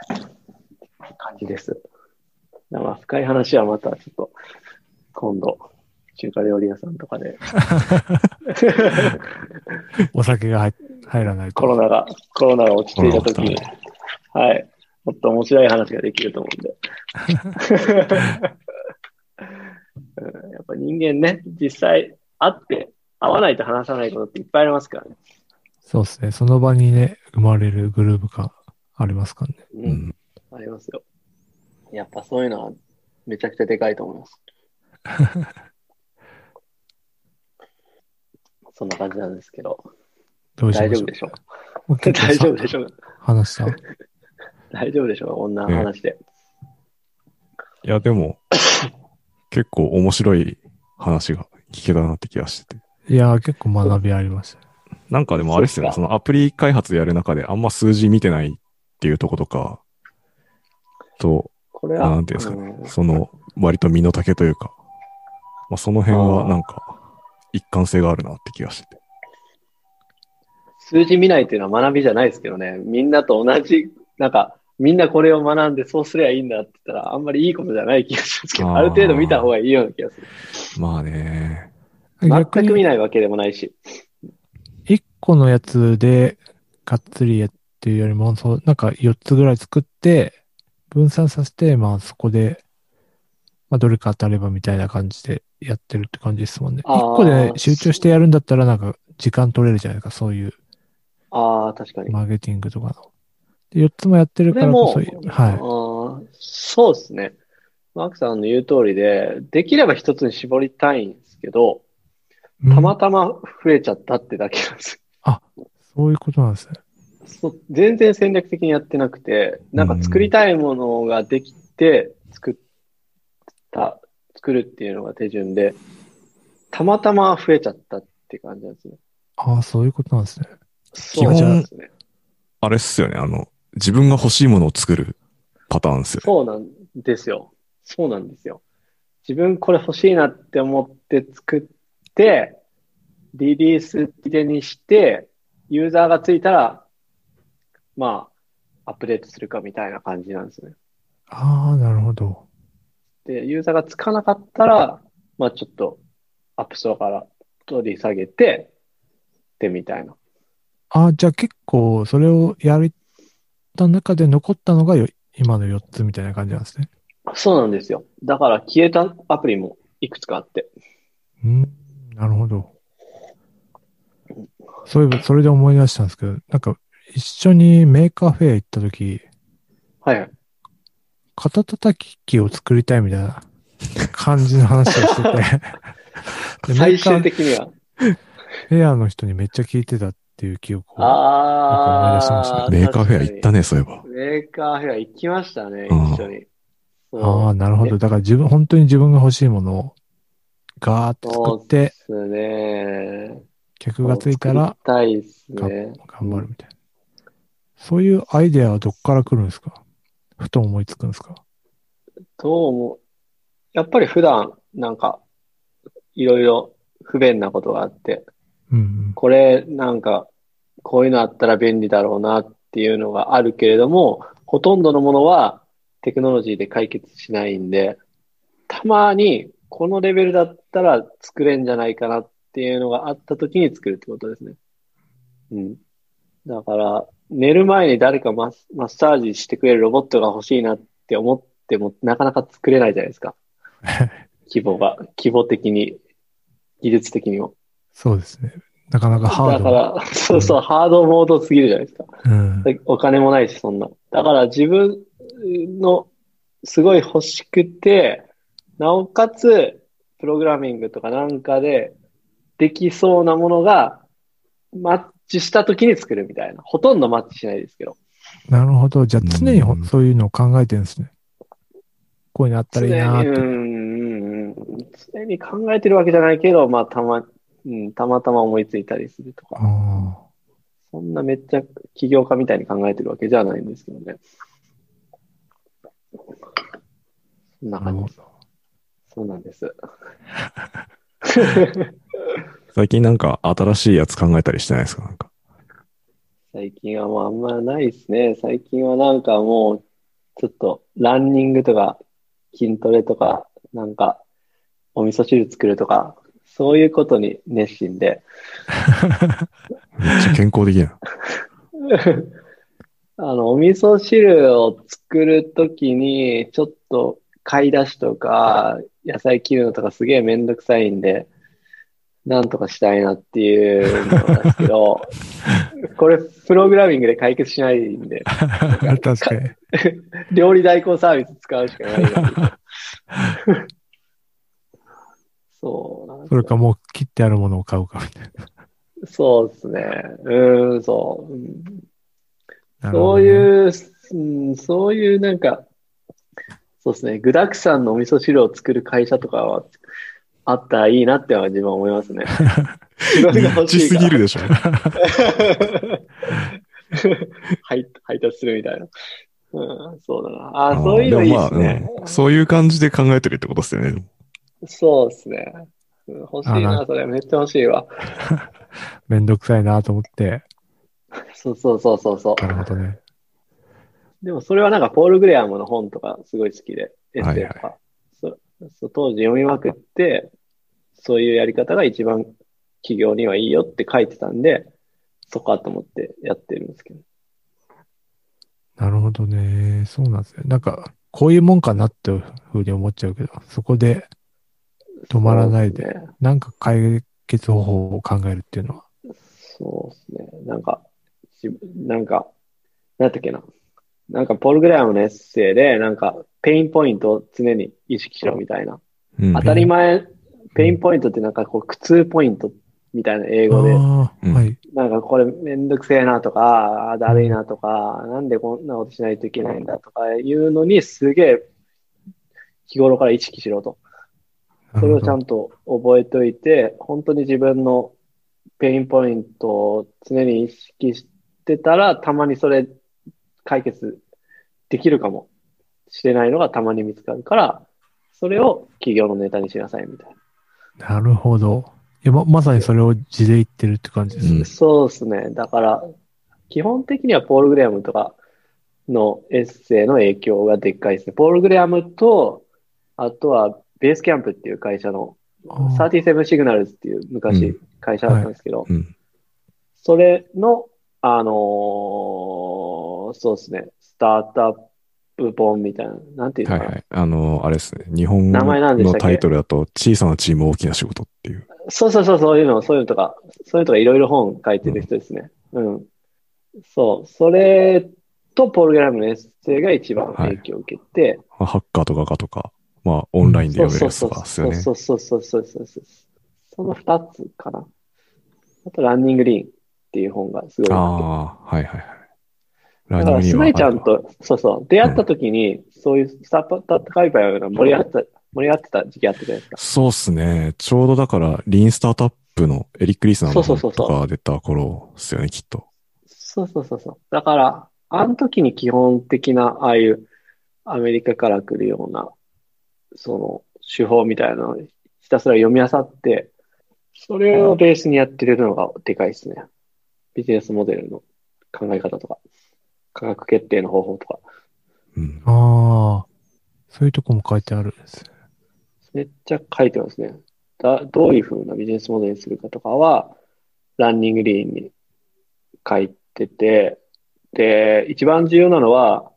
S3: 感じです。まあ、深い話はまたちょっと、今度、中華料理屋さんとか で、
S1: お酒が入入らないと。
S3: コロナが、コロナが落ち着いたときに、はい、もっと面白い話ができると思うんで。うんやっぱ人間ね、実際会って、会わないと話さないことっていっぱいありますからね。
S1: そうですね。その場にね、生まれるグループがありますからね。
S3: う
S2: うんん。
S3: ありますよ。やっぱそういうのはめちゃくちゃでかいと思います。そんな感じなんですけど、
S1: どうしま
S3: 大
S1: しょ
S3: 丈
S1: う
S3: 夫でしょう。
S1: もう結構
S3: 大
S1: さ
S3: 丈夫でしょう。
S1: 話した。
S3: 大丈夫でしょう。こんな話で。
S2: いや、で も、結構面白い話が聞けたなって気がしてて。
S1: いやー、結構学びありました。
S2: なんかでもあれですよね、
S3: そ
S2: そのアプリ開発やる中であんま数字見てないっていうとことか、と、
S3: これは、
S2: なんていうんですか
S3: うん
S2: その、割と身の丈というか、まあ、その辺はなんか、一貫性があるなって気がしてて。
S3: 数字見ないっていうのは学びじゃないですけどね。みんなと同じ、なんか、みんなこれを学んでそうすりゃいいんだって言ったら、あんまりいいことじゃない気がしますけど、
S2: あー
S3: ある程度見た方がいいような気がする。
S2: まあね、
S3: 全
S1: 逆
S3: く見
S1: に、
S3: ないわけでもないし。
S1: 一個のやつで、がっつりやっていうよりも、そう、なんか四つぐらい作って、分散させて、まあそこで、まあどれか当たればみたいな感じでやってるって感じですもんね。
S3: あー
S1: 一個で集中してやるんだったら、なんか時間取れるじゃないか、そういう
S3: ああ、確かに。
S1: マーケティングとかの。で、四つもやってるか
S3: で
S1: らこ
S3: も
S1: そ、、はい。
S3: あーそうですね。マークさんの言う通りで、できれば一つに絞りたいんですけど、
S1: うん
S3: たまたま増えちゃったってだけなんです。
S1: そういうことなんですね。
S3: そう全然戦略的にやってなくて、なんか作りたいものができて、作った、作るっていうのが手順で、たまたま増えちゃったって感じなんですね。
S1: ああ、そういうことなんですね。
S2: 基
S3: そう
S2: 本
S3: なんですね。
S2: あれっすよね、あの、自分が欲しいものを作るパターンっすよね。
S3: そうなんですよ。そうなんですよ。自分これ欲しいなって思って作って、リリースでにして、ユーザーがついたら、まあ、アップデートするかみたいな感じなんですね。
S1: ああ、なるほど。
S3: で、ユーザーがつかなかったら、まあちょっと、アップストアから取り下げて、で、みたいな。
S1: ああ、じゃあ結構、それをやった中で残ったのがよ今の4つみたいな感じなんですね。
S3: そうなんですよ。だから消えたアプリもいくつかあって。
S1: うん、なるほど。そういえば、それで思い出したんですけど、なんか、一緒にメーカーフェア行った時、
S3: はいはい。
S1: 肩叩き機を作りたいみたいな感じの話をしててで、メ
S3: 最
S1: ーカ
S3: 終
S1: ー
S3: 的には。
S1: フェアの人にめっちゃ聞いてたっていう記憶を。
S3: あ
S1: なんか思い出しました
S3: あ。
S2: メーカーフェア行ったね、そういえば。
S3: メーカーフェア行きましたね、
S2: うん
S3: 一緒に。そう
S1: ああ、なるほど。だから自分、本当に自分が欲しいものをガーッと作っ
S3: そう
S1: て
S3: で、すね。
S1: 客がついたら
S3: 作りたいですね。
S1: 頑張るみたいな。そういうアイデアはどっから来るんですかふと思いつくんですか
S3: どうも、やっぱり普段、なんか、いろいろ不便なことがあって、
S1: うん
S3: これ、なんか、こういうのあったら便利だろうなっていうのがあるけれども、ほとんどのものはテクノロジーで解決しないんで、たまに、このレベルだったら作れんじゃないかなっていうのがあった時に作るってことですね。うん。だから、寝る前に誰かマッマッサージしてくれるロボットが欲しいなって思っても、なかなか作れないじゃないですか。
S1: うん
S3: 規模が、規模的に、技術的にも。
S1: そうですね。なかなかハー
S3: だか
S1: ド。
S3: ら、そうそう、ハードモードすぎるじゃないですか。
S1: うん。
S3: でお金もないし、そんな。だから自分のすごい欲しくて、なおかつ、プログラミングとかなんかでできそうなものがマッチした時に作るみたいな。ほとんどマッチしないですけど。
S1: なるほど。じゃあ常にほ
S2: うん
S1: そういうのを考えてるんですね。こういうのあったらいいな
S3: 常に
S1: ー
S3: う
S1: と。
S3: んうんうん常に考えてるわけじゃないけど、まあ、たま、うん、たまたま思いついたりするとか。
S1: ああ
S3: そんなめっちゃ起業家みたいに考えてるわけじゃないんですけどね。そんな
S1: なる
S3: 感
S1: ほ
S3: じ。そうなんです。
S2: 最近なんか新しいやつ考えたりしてないですかなんか。
S3: 最近はもうあんまないですね。最近はなんかもう、ちょっとランニングとか筋トレとか、なんかお味噌汁作るとか、そういうことに熱心で。
S2: めっちゃ健康 的な。
S3: あの、お味噌汁を作るときに、ちょっと買い出しとか、野菜切るのとかすげえめんどくさいんで、なんとかしたいなっていうのなんです けど、これ、プログラミングで解決しないんで、
S1: ど。 確かに。
S3: 料理代行サービス使うしか ないな。そうなんですよ
S1: それかもう切ってあるものを買うかみたいな。
S3: そうですね。うーん、そう。うん
S1: なるほ
S3: そ
S1: ど
S3: う
S1: ね
S3: いう、うん、そういうなんか、そうですね、具沢山のお味噌汁を作る会社とかはあったらいいなっては自分は思いますね。 自分が
S2: リッ
S3: 欲し
S2: チ
S3: い
S2: す
S3: から
S2: ぎるでしょ。
S3: 配 配達するみたいな。うん、そうだな。あ
S2: ー
S3: ーそういうのいい
S2: で
S3: で
S2: も
S3: すね。
S2: うんそういう感じで考えてるってことですよね。でも
S3: そうですね。うん欲しい
S1: あなん
S3: な、それ。めっちゃ欲しいわ。
S1: めんどくさいなと思って。
S3: そうそうそうそうそう。
S1: なるほどね。
S3: でもそれはなんかポール・グレアムの本とかすごい好きで、エッセイとか。そそう当時読みまくって、そういうやり方が一番企業にはいいよって書いてたんで、そこかと思ってやってるんですけど。
S1: なるほどね。そうなんですよ。なんか、こういうもんかなっていうふうに思っちゃうけど、そこで止まらないで
S3: そうですね
S1: なんか解決方法を考えるっていうのは。
S3: そうですね。なんか、しなんか、なんだっけな。なんかポール・グレアムのエッセイで、なんかペインポイントを常に意識しろみたいな。
S2: うん
S3: 当たり前、ペインポイントってなんかこう苦痛ポイントみたいな英語で。
S1: ああ、
S2: うん
S1: はい。
S3: なんかこれめんどくせえなとか、あーだるいなとか、なんでこんなことしないといけないんだとかいうのにすげえ日頃から意識しろと。それをちゃんと覚えといて、本当に自分のペインポイントを常に意識してたら、たまにそれ解決できるかもしれないのがたまに見つかるから、それを企業のネタにしなさいみたい
S1: な
S3: な。
S1: るほど。いやま、まさにそれを地で言ってるって感じですね。
S2: うん
S3: そうですね。だから、基本的にはポール・グレアムとかのエッセイの影響がでっかいですね。ポール・グレアムと、あとはベースキャンプっていう会社の
S1: ああ
S3: 37シグナルズっていう
S2: う
S3: 昔会社だったんですけど、
S2: うん。
S3: それの、あのーそうですね、スタートアップ本みたいな、なんていう
S2: は
S3: の
S2: い
S3: かな、
S2: はい。あの、あれですね。日本
S3: 名前なんでした
S2: の
S3: っけ
S2: タイトルだと、小さなチーム大きな仕事っていう。
S3: そうそうそう、そういうの、そういうのとか、そういうのとかいろいろ本書いてる人ですね。うん。そう、それとポール・グラムのエッセイが一番影響を受けて、
S2: まあハッカーとか画とか、まあ、オンラインで
S3: そう
S2: 読める
S3: そうそ
S2: やつ
S3: う
S2: とかです
S3: そ
S2: よ
S3: う
S2: ね。
S3: そうそうそうそうそうそう。その二つかな。あと、ランニング・リーンっていう本がすごい。
S2: ああ、はいはいはい。
S3: だ
S2: ラン
S3: か
S2: ニン
S3: ら、
S2: グに
S3: ス
S2: は
S3: ナイちゃんと、そうそう、出会った時に、そういうスタートアップ界隈が盛り上がった、盛り上がってた時期あったじゃないですか。
S2: そうっすね。ちょうどだから、リーンスタートアップのエリック・リースナーの
S3: そうそう
S2: 本
S3: そうそ
S2: と
S3: う
S2: か出た頃ですよね、きっと。
S3: そうそうそうそう。だから、あの時に基本的な、ああいうアメリカから来るような、その手法みたいなのをひたすら読み漁って、それをベースにやってるのがでかいですね。ビジネスモデルの考え方とか、価格決定の方法とか。
S2: うん。
S1: ああ、そういうとこも書いてあるんです。
S3: めっちゃ書いてますね。だどういう風なビジネスモデルにするかとかは、ランニングリーンに書いてて、で、一番重要なのは、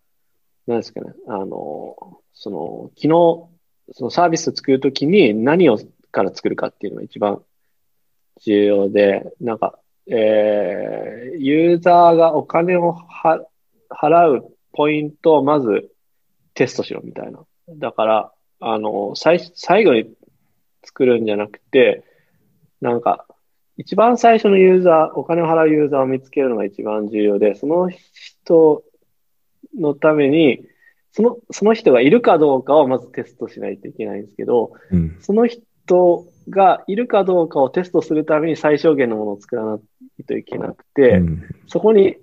S3: 何ですかね、あの、その、昨日、そのサービスを作るときに何をから作るかっていうのが一番重要で、なんか、えー、ユーザーがお金をは払うポイントをまずテストしろみたいな。だから、あの、最、最後に作るんじゃなくて、なんか、一番最初のユーザー、お金を払うユーザーを見つけるのが一番重要で、その人のためにその、その人がいるかどうかをまずテストしないといけないんですけど、
S2: うん。
S3: その人がいるかどうかをテストするために最小限のものを作らないといけなくて、
S2: うん
S3: そこに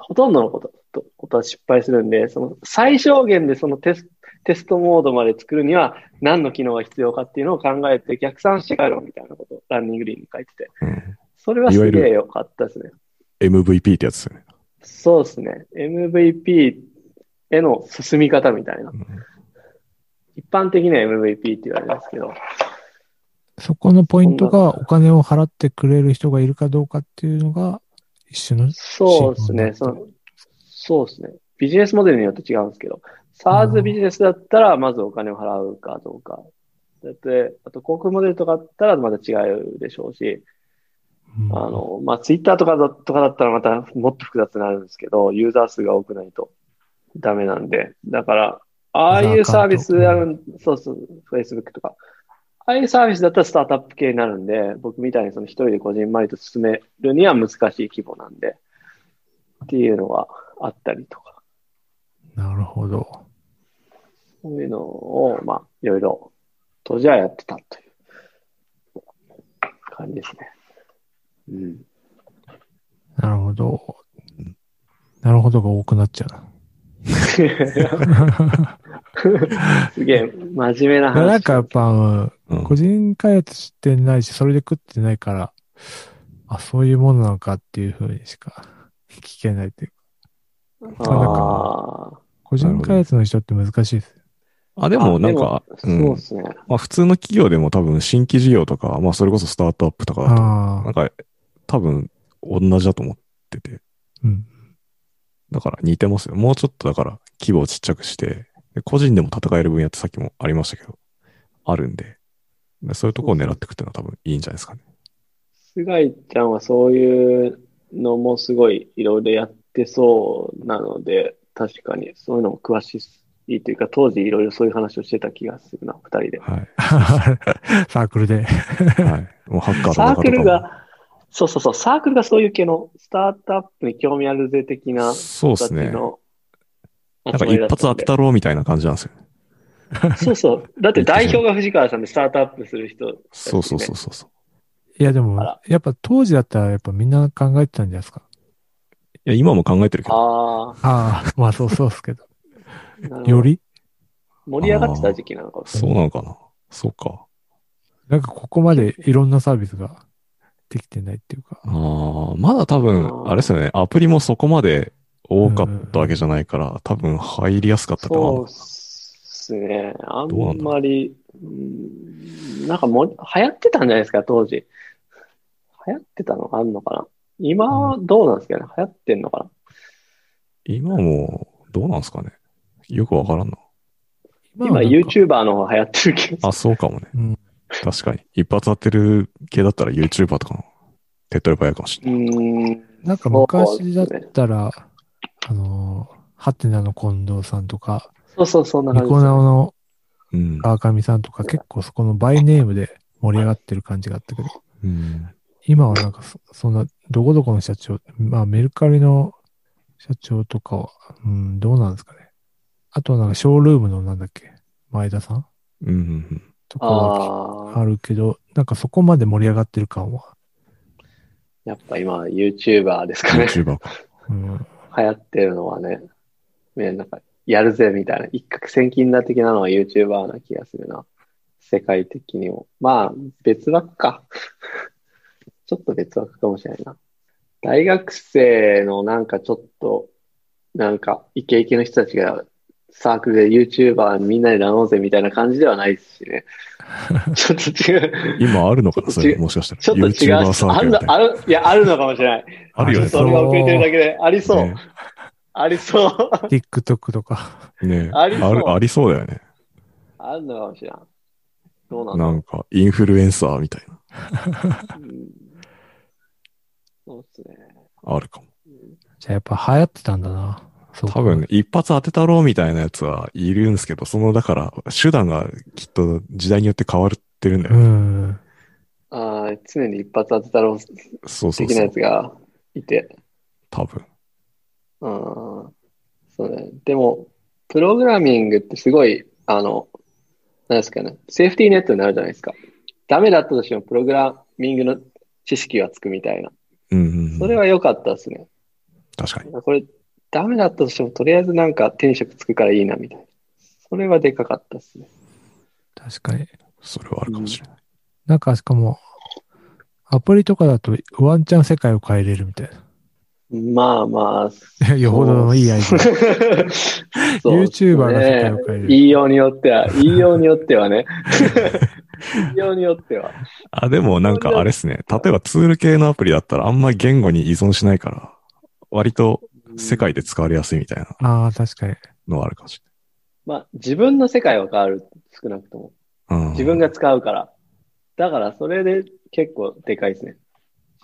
S3: ほとんどのこととことは失敗するんで、その最小限でそのテステストモードまで作るには何の機能が必要かっていうのを考えて逆算して帰ろうみたいなことをランニングリーンに書いてて。
S2: うん
S3: それはすげえ良かったですね。
S2: MVP ってやつですよね。
S3: そうですね。MVP への進み方みたいな
S2: う。ん
S3: 一般的には MVP って言われますけど。
S1: そこのポイントがお金を払ってくれる人がいるかどうかっていうのが一緒の。
S3: そうですね。
S1: シ
S3: そ
S1: ンプルな
S3: のそうですね。ビジネスモデルによって違うんですけど、SARS ビジネスだったら、まずお金を払うかどうか。だって、あと航空モデルとかだったらまた違うでしょうし、
S1: うん
S3: あの、まあ、Twitter とかだとかだったらまたもっと複雑になるんですけど、ユーザー数が多くないとダメなんで、だから、ああいうサービス
S1: ユーザー
S3: や
S1: アカウ
S3: る、そうそう、Facebook とか、ああいうサービスだったらスタートアップ系になるんで、僕みたいにその一人でこじんまりと進めるには難しい規模なんで、っていうのがあったりとか、
S1: なるほど。
S3: そういうのを、まあ、いろいろ、当時はやってたという感じですね。うん。
S1: なるほど。なるほどが多くなっちゃう な。
S3: すげえ、真面目ない
S1: や
S3: 話。
S1: なんかやっぱ、うん
S2: うん
S1: 個人開発してないし、それで食ってないから、あ、そういうものなのかっていうふうにしか 聞けないというか。
S3: ああ、
S1: 個人開発の人って難しいです。
S2: あ、でもなんか、
S3: そう
S2: うん
S3: ですね。
S2: まあ普通の企業でも多分新規事業とか、まあそれこそスタートアップとかだと、
S1: あ
S2: な
S1: あ
S2: ん、か多分同じだと思ってて、
S1: うん。
S2: だから似てますよ。もうちょっとだから規模をちっちゃくして、で個人でも戦える分野ってさっきもありましたけど、あるんで、でそういうとこを狙っていくっていうのは多分いいんじゃないですかね。
S3: 菅井ちゃんはそういうのもすごいいろいろやってそうなので、確かにそういうのも詳しいというか、当時いろいろそういう話をしてた気がするな、二人で。
S2: はい。
S1: サークルで。
S2: はい。もうハッカーと
S3: サ
S2: か
S3: ークル
S2: とか
S3: が、そうそうそう、サークルがそういう系のスタートアップに興味あるぜ的
S2: も。
S3: な
S2: そ
S3: 人
S2: うで
S3: た
S2: す
S3: ち
S2: ね。
S3: の
S2: なんか一発当てたろうみたいな感じなんですよね。
S3: そうそう。だって代表が藤川さんでスタートアップする人だしね。
S2: そうそうそうそうそう。
S1: いやで
S3: あ
S1: も
S3: ら、
S1: やっぱ当時だったらやっぱみんな考えてたんじゃないですか。
S2: いや、今も考えてるけど、
S3: あ
S1: ああ、 まあそうそうですけど。
S3: あ、なるほど
S1: より
S3: 盛り上がってた時期なのかもしれない
S2: そうなのかな。そうか。
S1: なんかここまでいろんなサービスができてないっていうか。
S2: ああ、まだ多
S3: あ
S2: 分、
S3: ー
S2: あれですよね、アプリもそこまで多かったわけじゃないから、多分入りやすかったかな。
S3: そうっすね。あん
S2: どうなんだ
S3: まり、うんなんかもう流行ってたんじゃないですか、当時。流行ってたのあんのかな今はどうなんですかね流行ってんのかな
S2: 今も、どうなんですかね。よくわからんな。
S3: 今
S1: はなんか
S3: YouTuber の方が流行ってる気が
S2: あ、そうかもね。
S1: うん
S2: 確かに。一発当てる系だったら YouTuber とかの手っ取り早いかもしれ
S3: す
S2: な
S3: る。
S2: い。
S3: うん。
S1: なんか昔だったら、あの、ハテナの近藤さんとか、
S3: そうそう、そんな
S1: ニ
S3: 感じで
S1: コ
S3: す
S1: ナオの
S2: うん。
S1: 川上さんとか結構そこのバイネームで盛り上がってる感じがあったけど、
S2: うん
S1: 今はなんかそそんな、どこどこの社長、まあメルカリの社長とかは、うん、どうなんですかね。あとはなんかショールームのなんだっけ、前田さん
S2: うんうん
S1: とかは
S3: あ
S1: あ
S3: あ、
S1: るけど、なんかそこまで盛り上がってる感は、
S3: やっぱ今 YouTuber ですか
S2: うん。
S3: ね。
S2: YouTuber か。
S1: うん、
S3: 流行ってるのはね、ね、なんか、やるぜみたいな、一攫千金だ的なのは YouTuber な気がするな。世界的にも。まあ、別枠か。 ちょっと別枠かもしれないな。大学生のなんかちょっと、なんか、イケイケの人たちがサークルで YouTuber みんなでなろうぜみたいな感じではないですし ね。ちょっと違う。
S2: 今あるのかな
S3: ち
S2: そ
S3: ょっと違う
S2: れ、もしかしたら。
S3: ちょっと違う
S2: YouTuber サー
S3: あ
S2: ク
S3: る
S2: ルみ
S3: の
S2: たい、な。
S3: ある、いや、あるのかもしれない。
S2: あるよね。
S3: それが遅れてるだけで、ありそう。
S2: ね
S3: ありそう。
S1: TikTok とか、
S2: ね
S3: ありそう
S2: ある、ありそうだよね。
S3: あるのかもしれん。どうなんだ
S2: な
S3: ろ
S2: んか、インフルエンサーみたいな。
S3: う。うんそうですね。
S2: あるかも。
S1: じゃあやっぱ流行ってたんだな。そう
S2: 多分、ね、一発当てたろうみたいなやつはいるんですけど、その、だから、手段がきっと時代によって変わってるんだよ
S1: う
S2: ね。
S1: ん。
S3: ああ、常に一発当てたろう
S2: そうそう
S3: 的な
S2: そ
S3: や
S2: う。
S3: つがいて。
S2: 多分。
S3: うん。そうね。でも、プログラミングってすごい、あの、なんですかね、セーフティーネットになるじゃないですか。ダメだったとしても、プログラミングの知識がつくみたいな。
S2: うんうんうん。
S3: それは良かったですね。
S2: 確かに。
S3: これ、ダメだったとしても、とりあえずなんか転職つくからいいな、みたいな。それはでかかったですね。
S1: 確かに。
S2: それはあるかもしれない。
S1: なんかしかも、アプリとかだとワンチャン世界を変えれるみたい
S3: まあま
S1: な。 よほどのいいアイデ
S3: あ、
S1: ア。
S3: そうです
S1: YouTuber
S3: ね
S1: が世界を変える
S3: 言いようによっては、言いようによって はね。言いようによっては。
S2: あ、でもなんかあれですね。例えばツール系のアプリだったらあんま言語に依存しないから、割と世界で使われやすいみたいな
S1: ああ、確かに。
S2: のはあるかもし
S3: まあ、自分の世界は変わる、少なくとも。
S2: れない。うん、
S3: 自分が使うから。だから、それで結構でかいですね。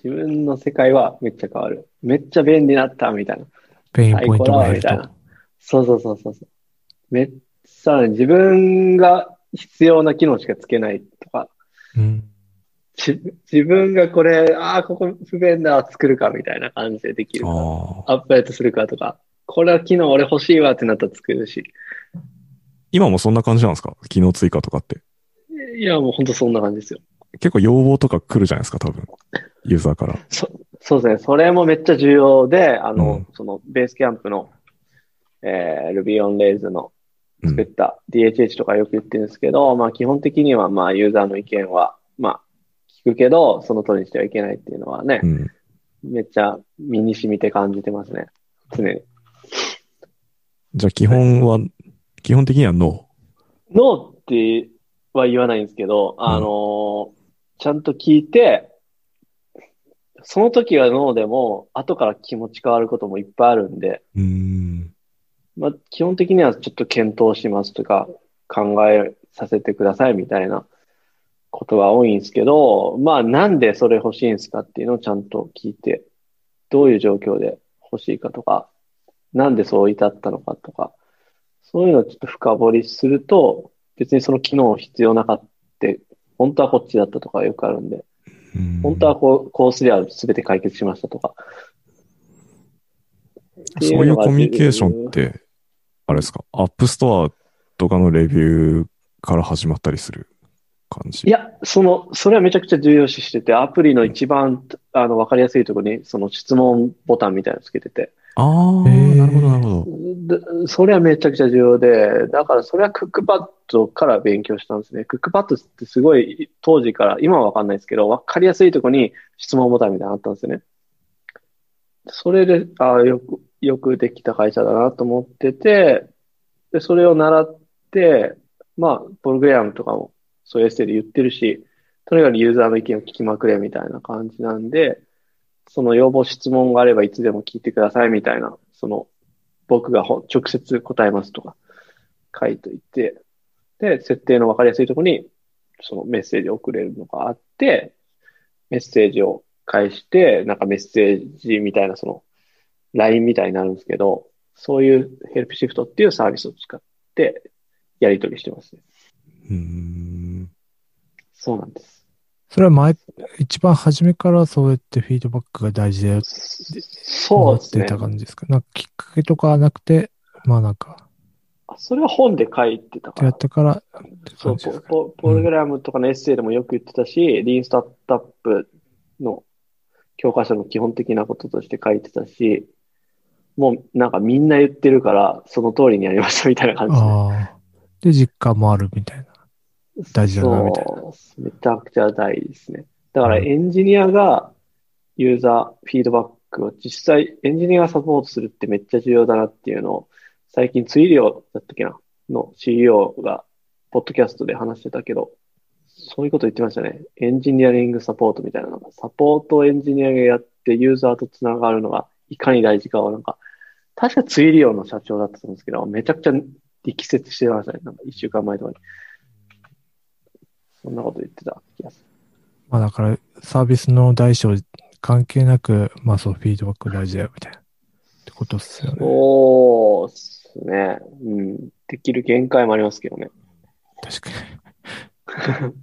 S3: 自分の世界はめっちゃ変わる。めっちゃ便利になった、みたいな。
S1: ペイン
S3: 最
S1: ポイン
S3: 高
S1: ト
S3: だ
S1: が
S3: わ、
S1: 減
S3: み
S1: る
S3: たい
S1: と
S3: な。。そうそうそうそうそう。めっさらに自分が必要な機能しかつけないとか、
S1: うん。
S3: じ自分がこれ、ああ、ここ不便だ、作るか、みたいな感じでできる
S2: あ
S3: か。
S2: ー
S3: アップデートするかとか、これは機能俺欲しいわってなったら作るし。
S2: 今もそんな感じなんですか機能追加とかって。
S3: いや、もう本当そんな感じですよ。
S2: 結構要望とか来るじゃないですか、多分。ユーザーから。
S3: そそうですね。それもめっちゃ重要で、あの、
S2: うん
S3: その、ベースキャンプの、えー、Ruby on Rails の
S2: う
S3: 作っ
S2: ん。
S3: た DHH とかよく言ってるんですけど、まあ基本的には、まあユーザーの意見は、まあ、聞くけど、その通りにしてはいけないっていうのはね
S2: う、ん。
S3: めっちゃ身に染みて感じてますね。常に。
S2: じゃあ基本は、基本的にはノ
S3: ノーっては言わないんですけど、あのーちゃんと聞いて、その時はノーでも、後から気持ち変わることもいっぱいあるんで、
S2: ー。うーん。
S3: まあ、基本的にはちょっと検討しますとか、考えさせてくださいみたいなことが多いんですけど、まあなんでそれ欲しいんですかっていうのをちゃんと聞いて、どういう状況で欲しいかとか、なんでそう至ったのかとか、そういうのをちょっと深掘りすると、別にその機能必要なかって、本当はこっちだったとかよくあるんで、
S2: うーん
S3: 本当はこうこうすりゃ全て解決しましたとか。
S2: そういうコミュニケーションっ
S3: っていうのが
S2: て、あれですか、アップストアとかのレビューから始まったりする感じ
S3: いや、その、それはめちゃくちゃ重要視してて、アプリの一番、あの、わかりやすいところに、その質問ボタンみたいなのつけてて、
S2: ああ、
S1: えー
S2: なるほど、なるほど。
S3: でそれはめちゃくちゃ重要で、だからそれはクックパッドから勉強したんですね。クックパッドってすごい、当時から、今はわかんないですけど、わかりやすいところに質問ボタンみたいなのあったんですよね。それで、ああ、よく、よくできた会社だなと思ってて、で、それを習って、まあ、プログラムとかも、そういうエッセイで言ってるし、とにかくユーザーの意見を聞きまくれみたいな感じなんで、その要望質問があればいつでも聞いてくださいみたいな、その、僕がほ直接答えますとか書いといて、で、設定の分かりやすいところに、そのメッセージを送れるのがあって、メッセージを返して、なんかメッセージみたいな、その、LINE みたいになるんですけど、そういうヘルプシフトっていうサービスを使って、やり取りしてますね。
S2: うーん。
S3: そうなんです。
S1: それは前、一番初めからそうやってフィードバックが大事だよって
S3: そ
S1: 思
S3: うで
S1: っ
S3: す
S1: て
S3: ね。
S1: た感じですか。なんかきっかけとかはなくて、まあなんか、
S3: あそれは本で書いてたか
S1: や
S3: ら
S1: っ。てからって
S3: そ
S1: 感
S3: う
S1: じです
S3: ポ
S1: か。
S3: ポ、プログラムとかのエッセイでもよく言ってたし、リーンスタートアップの教科書の基本的なこととして書いてたし、もうなんかみんな言ってるから、その通りにやりましたみたいな感じで。
S1: ああ。で、実感もあるみたいな。大事だなみたい
S3: そうめちゃくちゃ大事ですね。だからエンジニアがユーザーフィードバックを実際エンジニアがサポートするってめっちゃ重要だなっていうのを最近ツイリオだったっけなの CEO がポッドキャストで話してたけど、そういうこと言ってましたね。エンジニアリングサポートみたいなのが、サポートエンジニアがやってユーザーとつながるのがいかに大事かをなんか、確かツイリオの社長だったと思うんですけど、めちゃくちゃ力説してましたね。なんか一週間前とかに。そんなこと言ってた気がする。
S1: まあだから、サービスの大小関係なく、まあそう、フィードバック大事だよみたいな。ってことっすよね。
S3: そうですね。うん。できる限界もありますけどね。
S1: 確かに。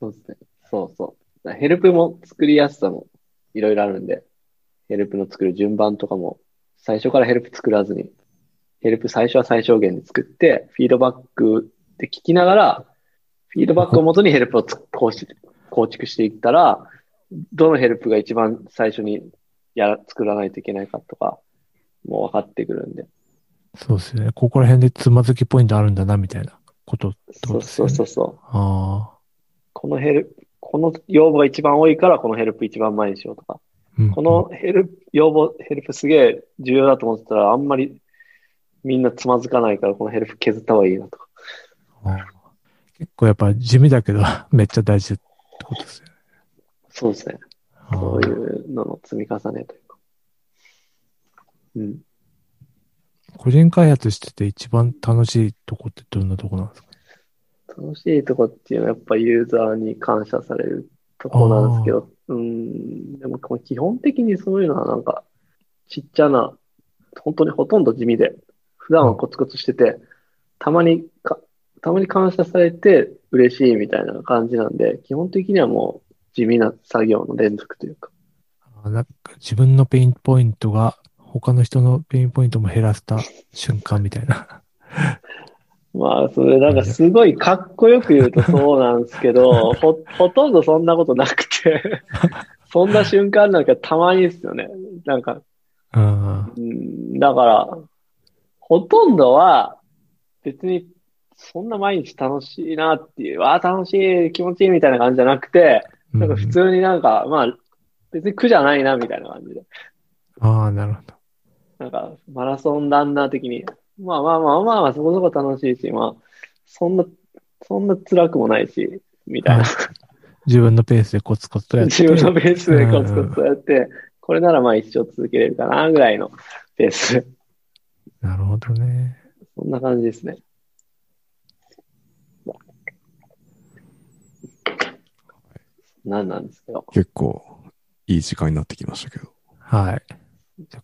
S3: そうですね。そうそう。だからヘルプも作りやすさもいろいろあるんで、ヘルプの作る順番とかも、最初からヘルプ作らずに、ヘルプ最初は最小限で作って、フィードバックで聞きながら、フィードバックをもとにヘルプをつ構築構築していったら、どのヘルプが一番最初にやら作らないといけないかとか、もう分かってくるんで。
S1: そうですね。ここら辺でつまずきポイントあるんだな、みたいなことってこと
S3: そう
S1: ですよね
S3: そうそうそう。
S1: ああ。
S3: このヘルプ、この要望が一番多いから、このヘルプ一番前にしようとか。
S1: うん
S3: このヘルプ、要望、ヘルプすげえ重要だと思ってたら、あんまりみんなつまずかないから、このヘルプ削った方がいいなとか。
S1: うん結構やっぱ地味だけど、 めっちゃ大事ってことですよね。
S3: そうですね。
S1: ああ
S3: そういうのの積み重ねというか。うん。
S1: 個人開発してて一番楽しいとこってどんなとこなんですか
S3: 楽しいとこっていうのはやっぱユーザーに感謝されるとこなんですけど、うん、でもこう基本的にそういうのはなんかちっちゃな、本当にほとんど地味で、普段はコツコツしてて、たまにか、たまに感謝されて嬉しいみたいな感じなんで、基本的にはもう地味な作業の連続というか、
S1: あなんか自分のペインポイントが他の人のペインポイントも減らした瞬間みたいな。
S3: まあ、それなんかすごいかっこよく言うとそうなんですけど、ほ、ほとんどそんなことなく て、そんな瞬間なんかたまにですよね。なんか、
S1: うん。
S3: うんだから、ほとんどは別にそんな毎日楽しいなっていう、ああ、楽しい、気持ちいいみたいな感じじゃなくて、なんか普通になんか、まあ、別に苦じゃないなみたいな感じで。
S1: ああ、なるほど。
S3: なんか、マラソンランナー的に、まあまあまあまあまあ、そこそこ楽しいし、まあ、そんな、そんな辛くもないし、みたいな。
S1: 自分のペースでコツコツとやって。
S3: 自分のペースでコツコツとやって、これならまあ一生続けれるかな、ぐらいのペース。
S1: なるほどね。
S3: そんな感じですね。なんなんですけど。
S2: 結構いい時間になってきましたけど。
S1: はい。じゃ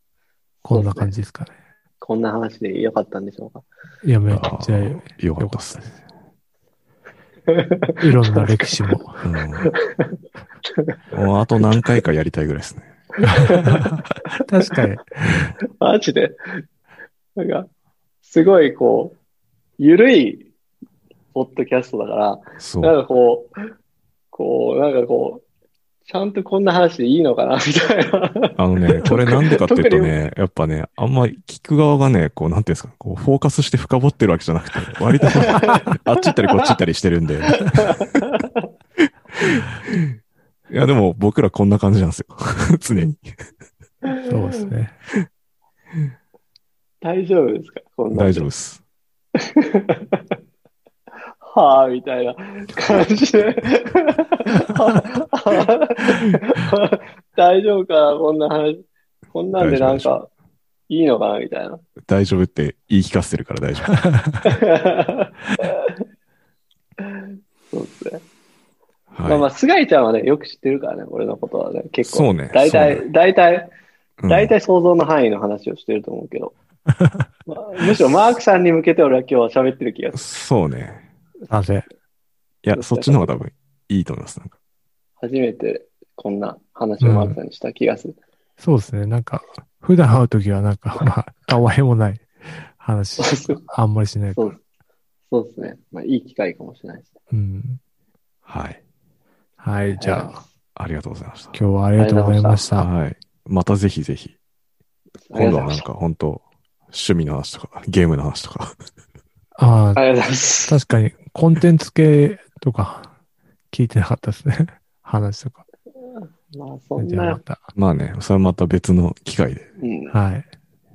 S1: こんな感じですかね。
S3: こんな話でよかったんでしょうか。
S1: いや、めっ
S2: あ
S1: ちゃ
S2: ーよかったっすね。
S1: いろんな歴史 も。
S2: うん、もうあと何回かやりたいぐらいですね。
S1: 確かに。
S3: マジで。なんか、すごいこう、ゆるい、ポッドキャストだから、
S2: そ
S3: なん
S2: う。
S3: かこう、こう、なんかこう、ちゃんとこんな話でいいのかな、みたいな。
S2: あのね、これなんでかっていうと
S3: 特に
S2: ね、やっぱね、あんまり聞く側がね、こう、なんていうんですか、こう、フォーカスして深掘ってるわけじゃなくて、 割とこう、あっち行ったりこっち行ったりしてるんで。いや、でも僕らこんな感じなんですよ。 常に。
S1: そうですね。
S3: 大丈夫ですかこんな。
S2: 大丈夫です。
S3: はぁ、みたいな感じで。 はぁはぁ大丈夫かなこんな話。こんなんでなん
S2: 大丈
S3: か、いいのかなみた いな。
S2: 大丈夫って言い聞かせてるから大丈夫。
S3: そうですね。
S2: はい、
S3: まあまあ、菅井ちゃんはね、よく知ってるからね、俺のことはね、結構。
S2: そうね
S3: 大
S2: そ
S3: 体、大体、
S2: うん
S3: 大体想像の範囲の話をしてると思うけど。 まあむしろマークさんに向けて俺は今日は喋ってる気がする。
S2: そうね。
S1: なぜ
S2: いや、そっちの方が多分いいと思います。なんか
S3: 初めてこんな話をマークさんにした気がする。
S1: そうですね。なんか、普段会うときはなんか、まあ、たわいもない話
S3: そう、そう
S1: あんまりしないか
S3: そ
S1: ら。
S3: うそうですね。まあ、いい機会かもしれないですね。
S1: うん。
S2: はい。
S1: はい、じゃあ、
S2: ありがとうございました。
S1: 今日はありがとうございました。
S2: はい。またぜひぜひ。
S3: ありがと
S2: 今度
S3: うご
S2: は
S3: ざ
S2: ないん
S3: ました。
S2: か本当趣味の話とか、ゲームの話とか。
S1: ああ、
S3: ありがとうございます。
S1: 確かに、コンテンツ系とか、聞いてなかったですね。 話とか。
S3: まあ、そん
S1: じゃあま
S3: な、
S1: た、
S2: まあね、それはまた別の機会で、
S3: うん。
S1: はい、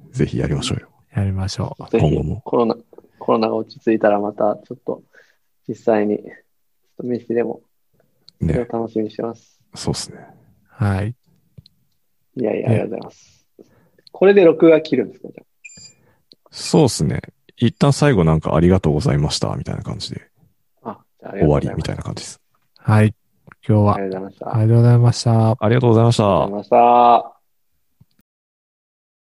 S2: ぜひやりましょうよ。
S1: やりましょう。
S3: ぜ
S2: 今
S3: ひ
S2: 後も
S3: コロナ、コロナが落ち着いたらまたちょっと実際に、ちょっと飯でも、それを
S2: ね。
S3: 楽しみにしてます。
S2: そうっすね。
S1: はい。
S3: いやいや、あ
S1: ね
S3: りがとうございます。これで録画切るんですかじゃ
S2: そうっすね。一旦最後なんかありがとうございました、みたいな感じで
S3: あ。あ、じゃあありが
S2: 終
S3: とうご
S2: わり
S3: ざいま
S2: み
S3: す。
S2: たいな感じです。
S1: はい。今日は、
S3: ありがとうございました。
S1: ありがとうございました。
S2: ありがとうございました。
S3: ありがとうございました。